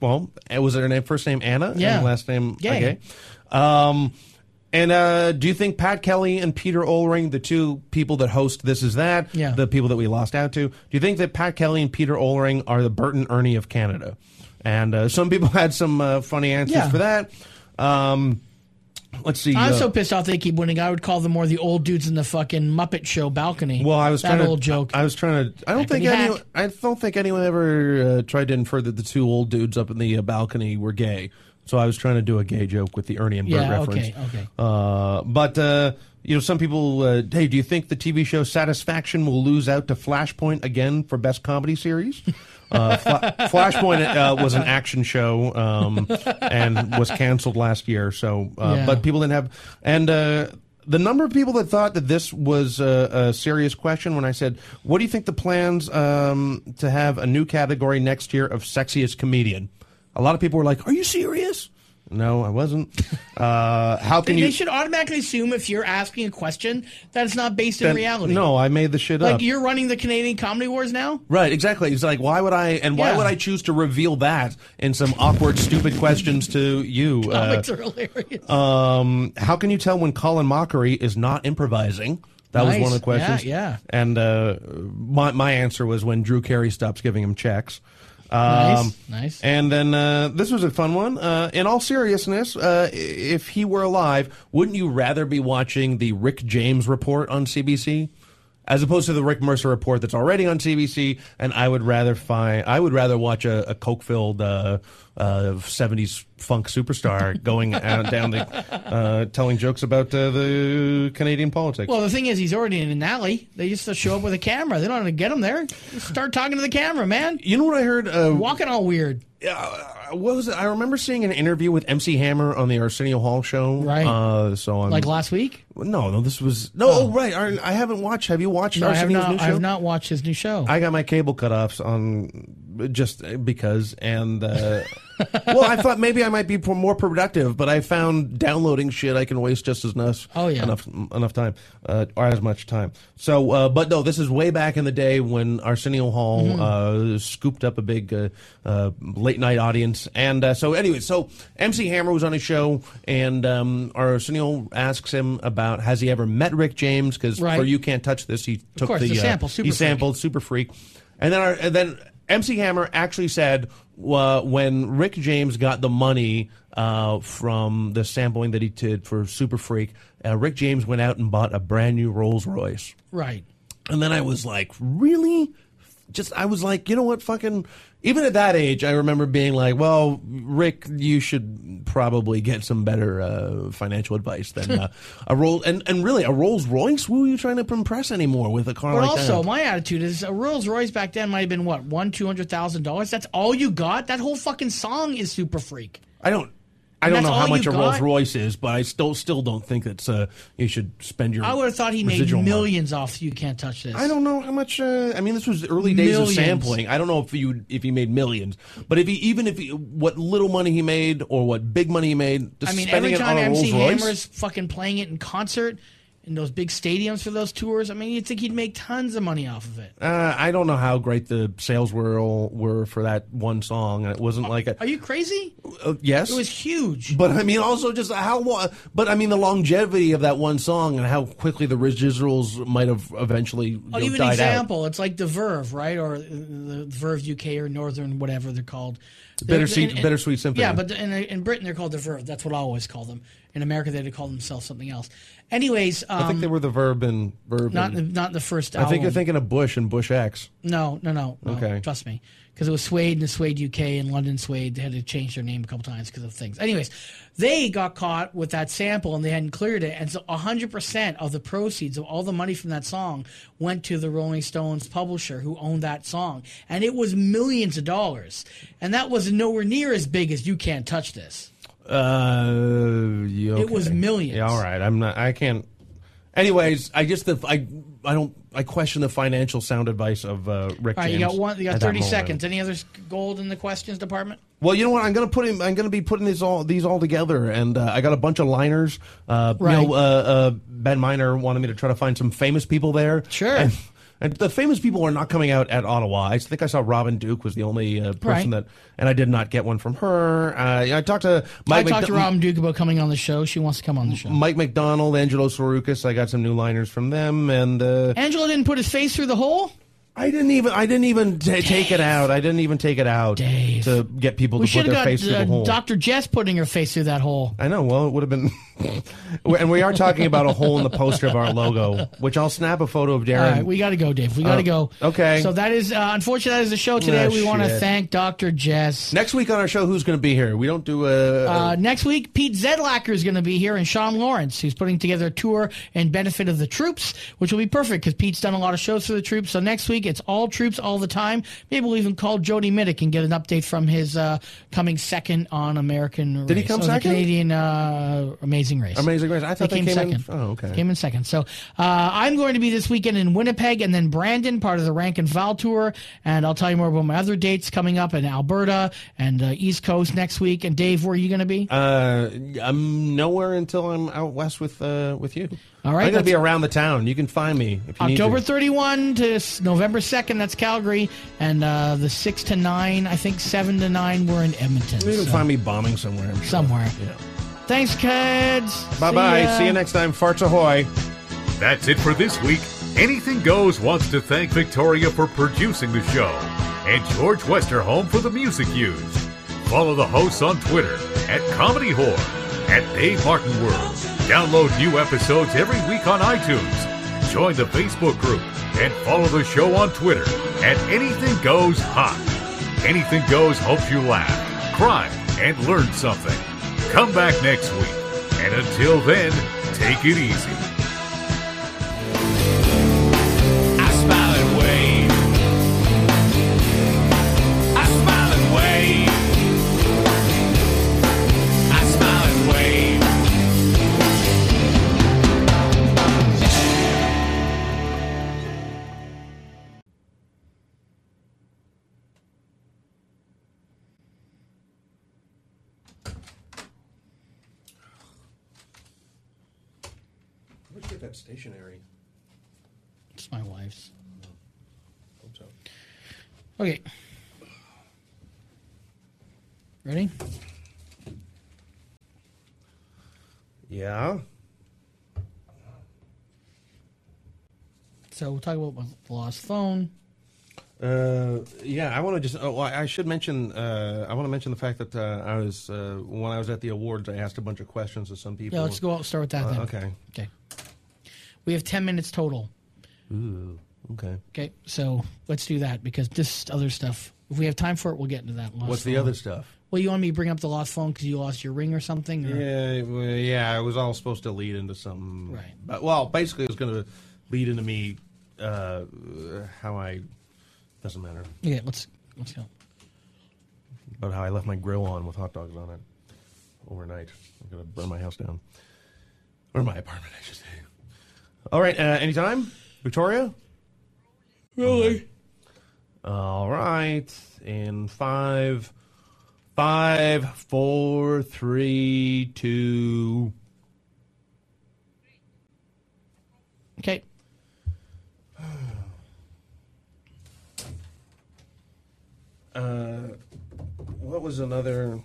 well, uh, was her name first name Anna Yeah. and last name Gay. gay? Um, and uh, do you think Pat Kelly and Peter Olring, the two people that host This Is That, Yeah. the people that we lost out to, do you think that Pat Kelly and Peter Olring are the Bert and Ernie of Canada? And uh, some people had some uh, funny answers Yeah. for that. Um, let's see. I'm uh, so pissed off they keep winning. I would call them more the old dudes in the fucking Muppet Show balcony. Well, I was that trying old to, joke. I was trying to. I don't That could think be anyone. hack. I don't think anyone ever uh, tried to infer that the two old dudes up in the uh, balcony were gay. So I was trying to do a gay joke with the Ernie and Bert Yeah, reference. okay, okay. Uh, but uh, you know, some people. Uh, hey, do you think the TV show Satisfaction will lose out to Flashpoint again for best comedy series? Uh, Fla- Flashpoint uh, was an action show um, and was canceled last year. So, uh, Yeah. but people didn't have and uh, the number of people that thought that this was a, a serious question when i said what do you think the plans um, to have a new category next year of sexiest comedian a lot of people were like are you serious no i wasn't uh, how they, can you they should automatically assume if you're asking a question that it's not based in then- reality. no i made the shit like up you're running the Canadian Comedy Wars now. Right, exactly. It's like, why would I, and why Yeah. would I choose to reveal that in some awkward, stupid questions to you? Oh uh, Comics are hilarious. Um, how can you tell when Colin Mockery is not improvising? That was Nice. one of the questions. Yeah, yeah. And uh, my my answer was when Drew Carey stops giving him checks. Um, Nice, nice. And then uh, this was a fun one. Uh, in all seriousness, uh, i- if he were alive, wouldn't you rather be watching the Rick James report on CBC? As opposed to the Rick Mercer report that's already on CBC, and I would rather find I would rather watch a, a coke-filled uh, uh, '70s funk superstar going out, down the uh, telling jokes about uh, the Canadian politics. Well, the thing is, he's already in an alley. They just show up with a camera. They don't have to get him there. Just start talking to the camera, man. you know what I heard? Uh, Walking all weird. uh, what was it? I remember seeing an interview with MC Hammer on the Arsenio Hall show. Right. Uh, so I'm Like last week? No, no, this was no. Oh, right. I, I haven't watched. Have you watched No, I have Arsenio's not. new show? Oh. I have not watched his new show. I got my cable cut-offs on just because. And uh, well, I thought maybe I might be pro- more productive, but I found downloading shit I can waste just as enough. Oh, yeah. enough enough time uh, or as much time. So, uh, but no, this is way back in the day when Arsenio Hall Mm-hmm. uh, scooped up a big uh, uh, late night audience. And uh, so, anyway, so MC Hammer was on his show, and um, Arsenio asks him about has he ever met Rick James? Because Right. for you can't touch this, he took course, the, the uh, sample, Super he Freak. sampled Super Freak, and then our, and then MC Hammer actually said uh, when Rick James got the money uh, from the sampling that he did for Super Freak, uh, Rick James went out and bought a brand new Rolls Royce. Right. And then I was like, really? Just I was like, you know what, fucking. Even at that age, I remember being like, well, Rick, you should probably get some better uh, financial advice than uh, a roll. And, and really, a Rolls Royce. Who are you trying to impress anymore with a car But like also, that? my attitude is a Rolls Royce back then might have been what one two hundred thousand dollars. That's all you got. That whole fucking song is super freak. I don't. I And don't that's know how all much you a Rolls got? Royce is, but I still still don't think that's uh, you should spend your. I would have thought he made residual money. millions off. You can't touch this. I don't know how much. Uh, I mean, this was the early days Millions. of sampling. I don't know if you if he made millions, but if he even if he, what little money he made or what big money he made, just I mean, spending every time it on a MC Rolls Hammer Royce. is fucking playing it in concert in those big stadiums for those tours, I mean, you'd think he'd make tons of money off of it. Uh, I don't know how great the sales were all, were for that one song. It wasn't like a Are you crazy? uh, yes. It was huge. But I mean, also just how. wa- But I mean, the longevity of that one song and how quickly the residuals might have eventually you know, I'll give you an died out. Oh, example. It's like the Verve, right, or uh, the Verve UK or Northern, whatever they're called. They're- Bittersweet- Bittersweet Symphony. Yeah, but in, in Britain they're called the Verve. That's what I always call them. In America they'd call themselves something else. Anyways, um, I think they were the verb and verb. not and- the- not the first I think you're album. thinking of Bush and Bush X. No, no, no. no Okay. Trust me. Because it was Suede and Suede UK and London Suede. They had to change their name a couple times because of things. Anyways, they got caught with that sample and they hadn't cleared it. And so 100% of the proceeds of all the money from that song went to the Rolling Stones publisher who owned that song. And it was millions of dollars. And that was nowhere near as big as You Can't Touch This. Uh, yeah, It was okay. millions. Yeah, all right. I'm not. I can't. Anyways, I just the I I don't I question the financial sound advice of uh, Rick. All right, you James got one. You got at that 30 moment. seconds. Any other s- gold in the questions department? Well, you know what? I'm gonna put him. I'm gonna be putting these all these all together, and uh, I got a bunch of liners. Uh, Right. You know, uh, uh, ben Miner wanted me to try to find some famous people there. Sure. And, and the famous people are not coming out at Ottawa. I think I saw Robin Duke was the only uh, person Right. that, and I did not get one from her. Uh, I talked to Mike I talked to McDo- Robin Duke about coming on the show. She wants to come on the show. Mike McDonald, Angelo Sorukis. I got some new liners from them, and uh, Angela didn't put his face through the hole? I didn't even I didn't even ta take it out. I didn't even take it out to get people We to put should have their got face through uh, the hole. Dr. Jess putting her face through that hole. I know. Well, it would have been, and we are talking about a hole in the poster of our logo, which I'll snap a photo of Darren. All right, we got to go, Dave. We got to Uh, go. okay. So that is, uh, unfortunately, that is the show today. Ah, we want to shit. thank Dr. Jess. Next week on our show, who's going to be here? We don't do a. Uh, next week, Pete Zedlacker is going to be here, and Sean Lawrence, who's putting together a tour in benefit of the troops, which will be perfect because Pete's done a lot of shows for the troops. So next week, it's all troops all the time. Maybe we'll even call Jody Middick and get an update from his uh, coming second on American. Did he Race. come Oh, the second? Canadian uh, Amazing Race. Amazing Race. I thought They they came came in- second. oh, okay. Came in second. So uh, I'm going to be this weekend in Winnipeg and then Brandon, part of the Rank and File tour. And I'll tell you more about my other dates coming up in Alberta and uh, East Coast next week. And Dave, where are you going to be? uh, I'm nowhere until I'm out west with uh, with you. All right, I'm going to be that's- around the town. You can find me if you October need to. 31 to s- November 2nd, that's Calgary. And uh, the 6 to 9, I think 7 to 9, we're in Edmonton. You can So, find me bombing somewhere. I'm sure. somewhere. Thanks, kids. Bye bye. ya. See you next time. Farts ahoy. That's it for this week. Anything Goes wants to thank Victoria for producing the show and George Westerholm for the music used. Follow the hosts on Twitter at Comedy Whore, at Dave Martin World. Download new episodes every week on iTunes. Join the Facebook group and follow the show on Twitter at Anything Goes Hot. Anything Goes hopes you laugh, cry, and learn something. Come back next week. And until then, take it easy. I smile and wave. I smile and wave. I smile and wave. that's stationary. It's my wife's. Hope so. Okay. Ready? Yeah. So we'll talk about the lost phone. Uh, yeah, I want to just. Oh, I I should mention. Uh, I want to mention the fact that uh, I was uh, when I was at the awards, I asked a bunch of questions to some people. Yeah, let's go out and start with that Uh, then. Okay. Okay. We have 10 minutes total. Ooh. Okay. Okay, so let's do that because this other stuff, if we have time for it, we'll get into that. Lost What's the phone. other stuff? Well, you want me to bring up the lost phone because you lost your ring or something? Or? Yeah, well, yeah. It was all supposed to lead into something. Right. But, well, basically, it was going to lead into me. Uh, how I doesn't matter, Yeah, let's let's go. but how I left my grill on with hot dogs on it overnight. I'm going to burn my house down or my apartment, I should say. All right. Uh, anytime, Victoria. Really? All right. In five, five, four, three, two. Okay. Uh, what was another?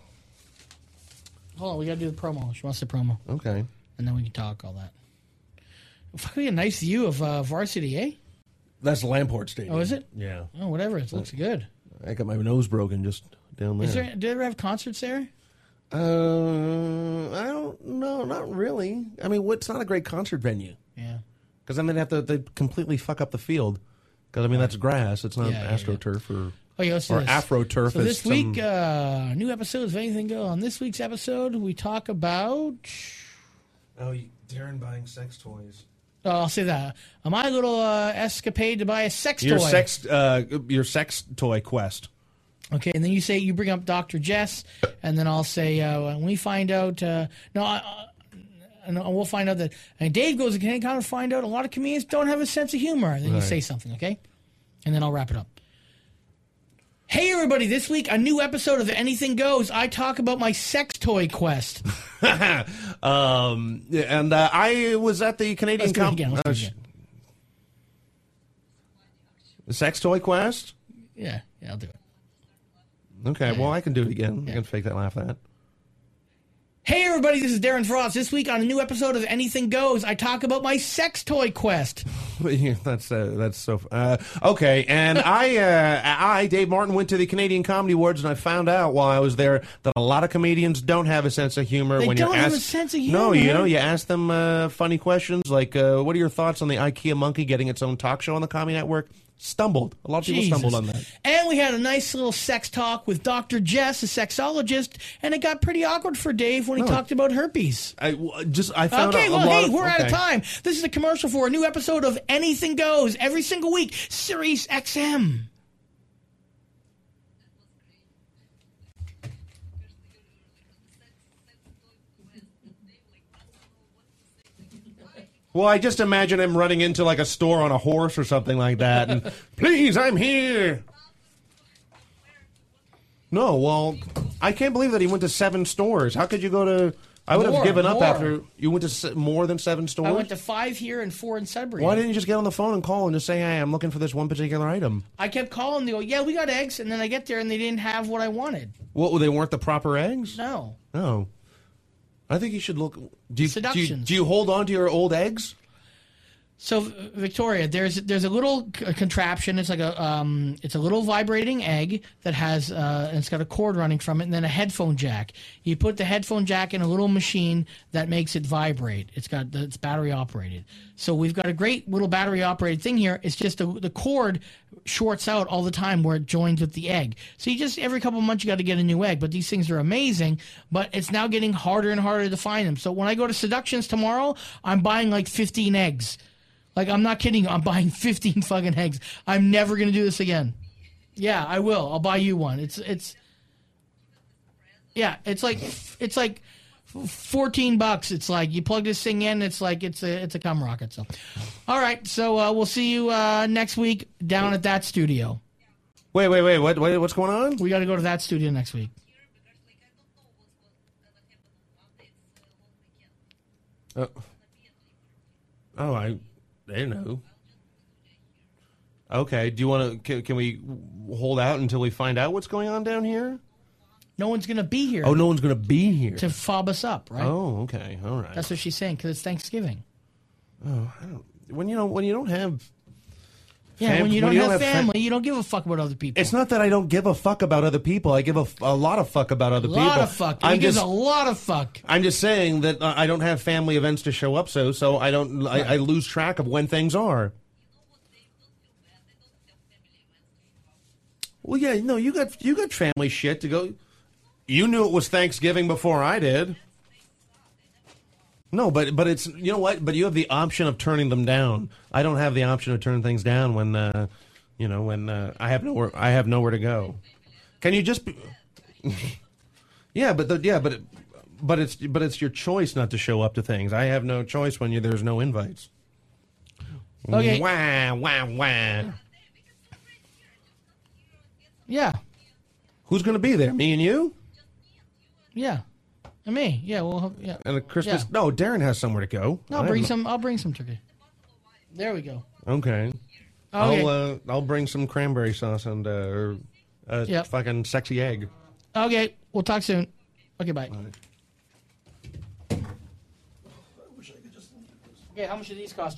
Hold on, we got to do the promo. She wants the promo. Okay. And then we can talk all that. Fuck, we got a nice view of uh, varsity, eh? That's Lamport Stadium. Oh, is it? Yeah. Oh, whatever. It looks good. I got my nose broken just down there. Is there? Do they ever have concerts there? Uh, I don't know. Not really. I mean, what's not a great concert venue? Yeah. Because I'm gonna have to they completely fuck up the field. Because I mean, that's grass. It's not Yeah, yeah, yeah. astroturf or Oh, yeah, let's do or this. afroturf. So is this some- week, uh, new episodes of Anything Go. On this week's episode, we talk about. Oh, you, Darren buying sex toys. Oh, I'll say that. Uh, my little uh, escapade to buy a sex Your toy. sex, uh, your sex toy quest. Okay, and then you say you bring up Dr. Jess, and then I'll say uh, when we find out. Uh, no, I, I, no, we'll find out that. And Dave goes, "Can I kind of find out a lot of comedians don't have a sense of humor?" And then you Right. say something, okay, and then I'll wrap it up. Hey everybody! This week, a new episode of the Anything Goes. I talk about my sex toy quest. um, and uh, I was at the Canadian Let's do it Com- again, let's do Oh, it sh- The sex toy quest. yeah, yeah, I'll do it. Okay, well I can do it again. I can fake that laugh. That Hey everybody! This is Darren Frost. This week on a new episode of the Anything Goes, I talk about my sex toy quest. that's uh, that's so uh, okay. And I uh, I Dave Martin went to the Canadian Comedy Awards and I found out while I was there that a lot of comedians don't have a sense of humor. They when don't you have ask, a sense of No, you humor. know you ask them uh, funny questions like uh, what are your thoughts on the IKEA monkey getting its own talk show on the Comedy Network? Stumbled. A lot of people Jesus. stumbled on that. And we had a nice little sex talk with Dr. Jess, a sexologist, and it got pretty awkward for Dave when he talked about herpes. I w- just I found okay, out a well, lot hey, of- we're out of okay. time. This is a commercial for a new episode of Anything Goes every single week, Sirius XM. Well, I just imagine him running into like a store on a horse or something like that, and please, I'm here. No, well, I can't believe that he went to seven stores. How could you go to? I would More, have given up more. after you went to se- more than seven stores. I went to five here and four in Sudbury. Why didn't you just get on the phone and call and just say, "Hey, I'm looking for this one particular item"? I kept calling. They go, yeah, we got eggs, and then I get there and they didn't have what I wanted. What? They weren't the proper eggs. No. No. I think you should look. Do you, do you, Seductions. do you hold on to your old eggs? So V- Victoria, there's there's a little c- contraption. It's like a um, it's a little vibrating egg that has uh, and it's got a cord running from it, and then a headphone jack. You put the headphone jack in a little machine that makes it vibrate. It's got it's battery operated. So we've got a great little battery operated thing here. It's just the, the cord shorts out all the time where it joins with the egg. So you just every couple of months you got to get a new egg. But these things are amazing. But it's now getting harder and harder to find them. So when I go to Seductions tomorrow, I'm buying like 15 eggs. Like I'm not kidding. you. I'm buying 15 fucking eggs. I'm never gonna do this again. Yeah, I will. I'll buy you one. It's it's. Yeah, it's like it's like. f- 14 bucks. It's like you plug this thing in. It's like it's a it's a cum rocket. So, all right. So uh, we'll see you uh, next week down at that studio. Wait, wait, wait. What? what what's going on? We got to go to that studio next week. Uh, Oh, I, they know. Okay. Do you want to? Can, can we hold out until we find out what's going on down here? No one's going to be here. Oh, no one's going to be here. to fob us up, right? Oh, okay. All right. That's what she's saying because it's Thanksgiving. oh, I don't, when you don't when you don't have Yeah, Fam- when you don't have fam- family, you don't give a fuck about other people. It's not that I don't give a fuck about other people. I give a, f- a lot of fuck about other a people. lot of fuck. I'm he gives just, a lot of fuck. I'm just saying that uh, I don't have family events to show up, so so I don't. I, I lose track of when things are. Well, yeah, no, you got you got family shit to go. You knew it was Thanksgiving before I did. No, but but it's you know what? But you have the option of turning them down. I don't have the option of turning things down when uh, you know when uh, I have nowhere I have nowhere to go. Can you just? Be... yeah, but the, yeah, but it, but it's but it's your choice not to show up to things. I have no choice when you there's no invites. Okay. Wah wah wah. Yeah, Who's going to be there? Me and you yeah. And me. Yeah, well, yeah. and a Christmas. Yeah. No, Darren has somewhere to go. I No, I'll have bring no- some. I'll bring some turkey. There we go. Okay. Okay. I'll uh, I'll bring some cranberry sauce and uh, or a Yep. fucking sexy egg. Okay, we'll talk soon. Okay, bye. Okay, how much do these cost you?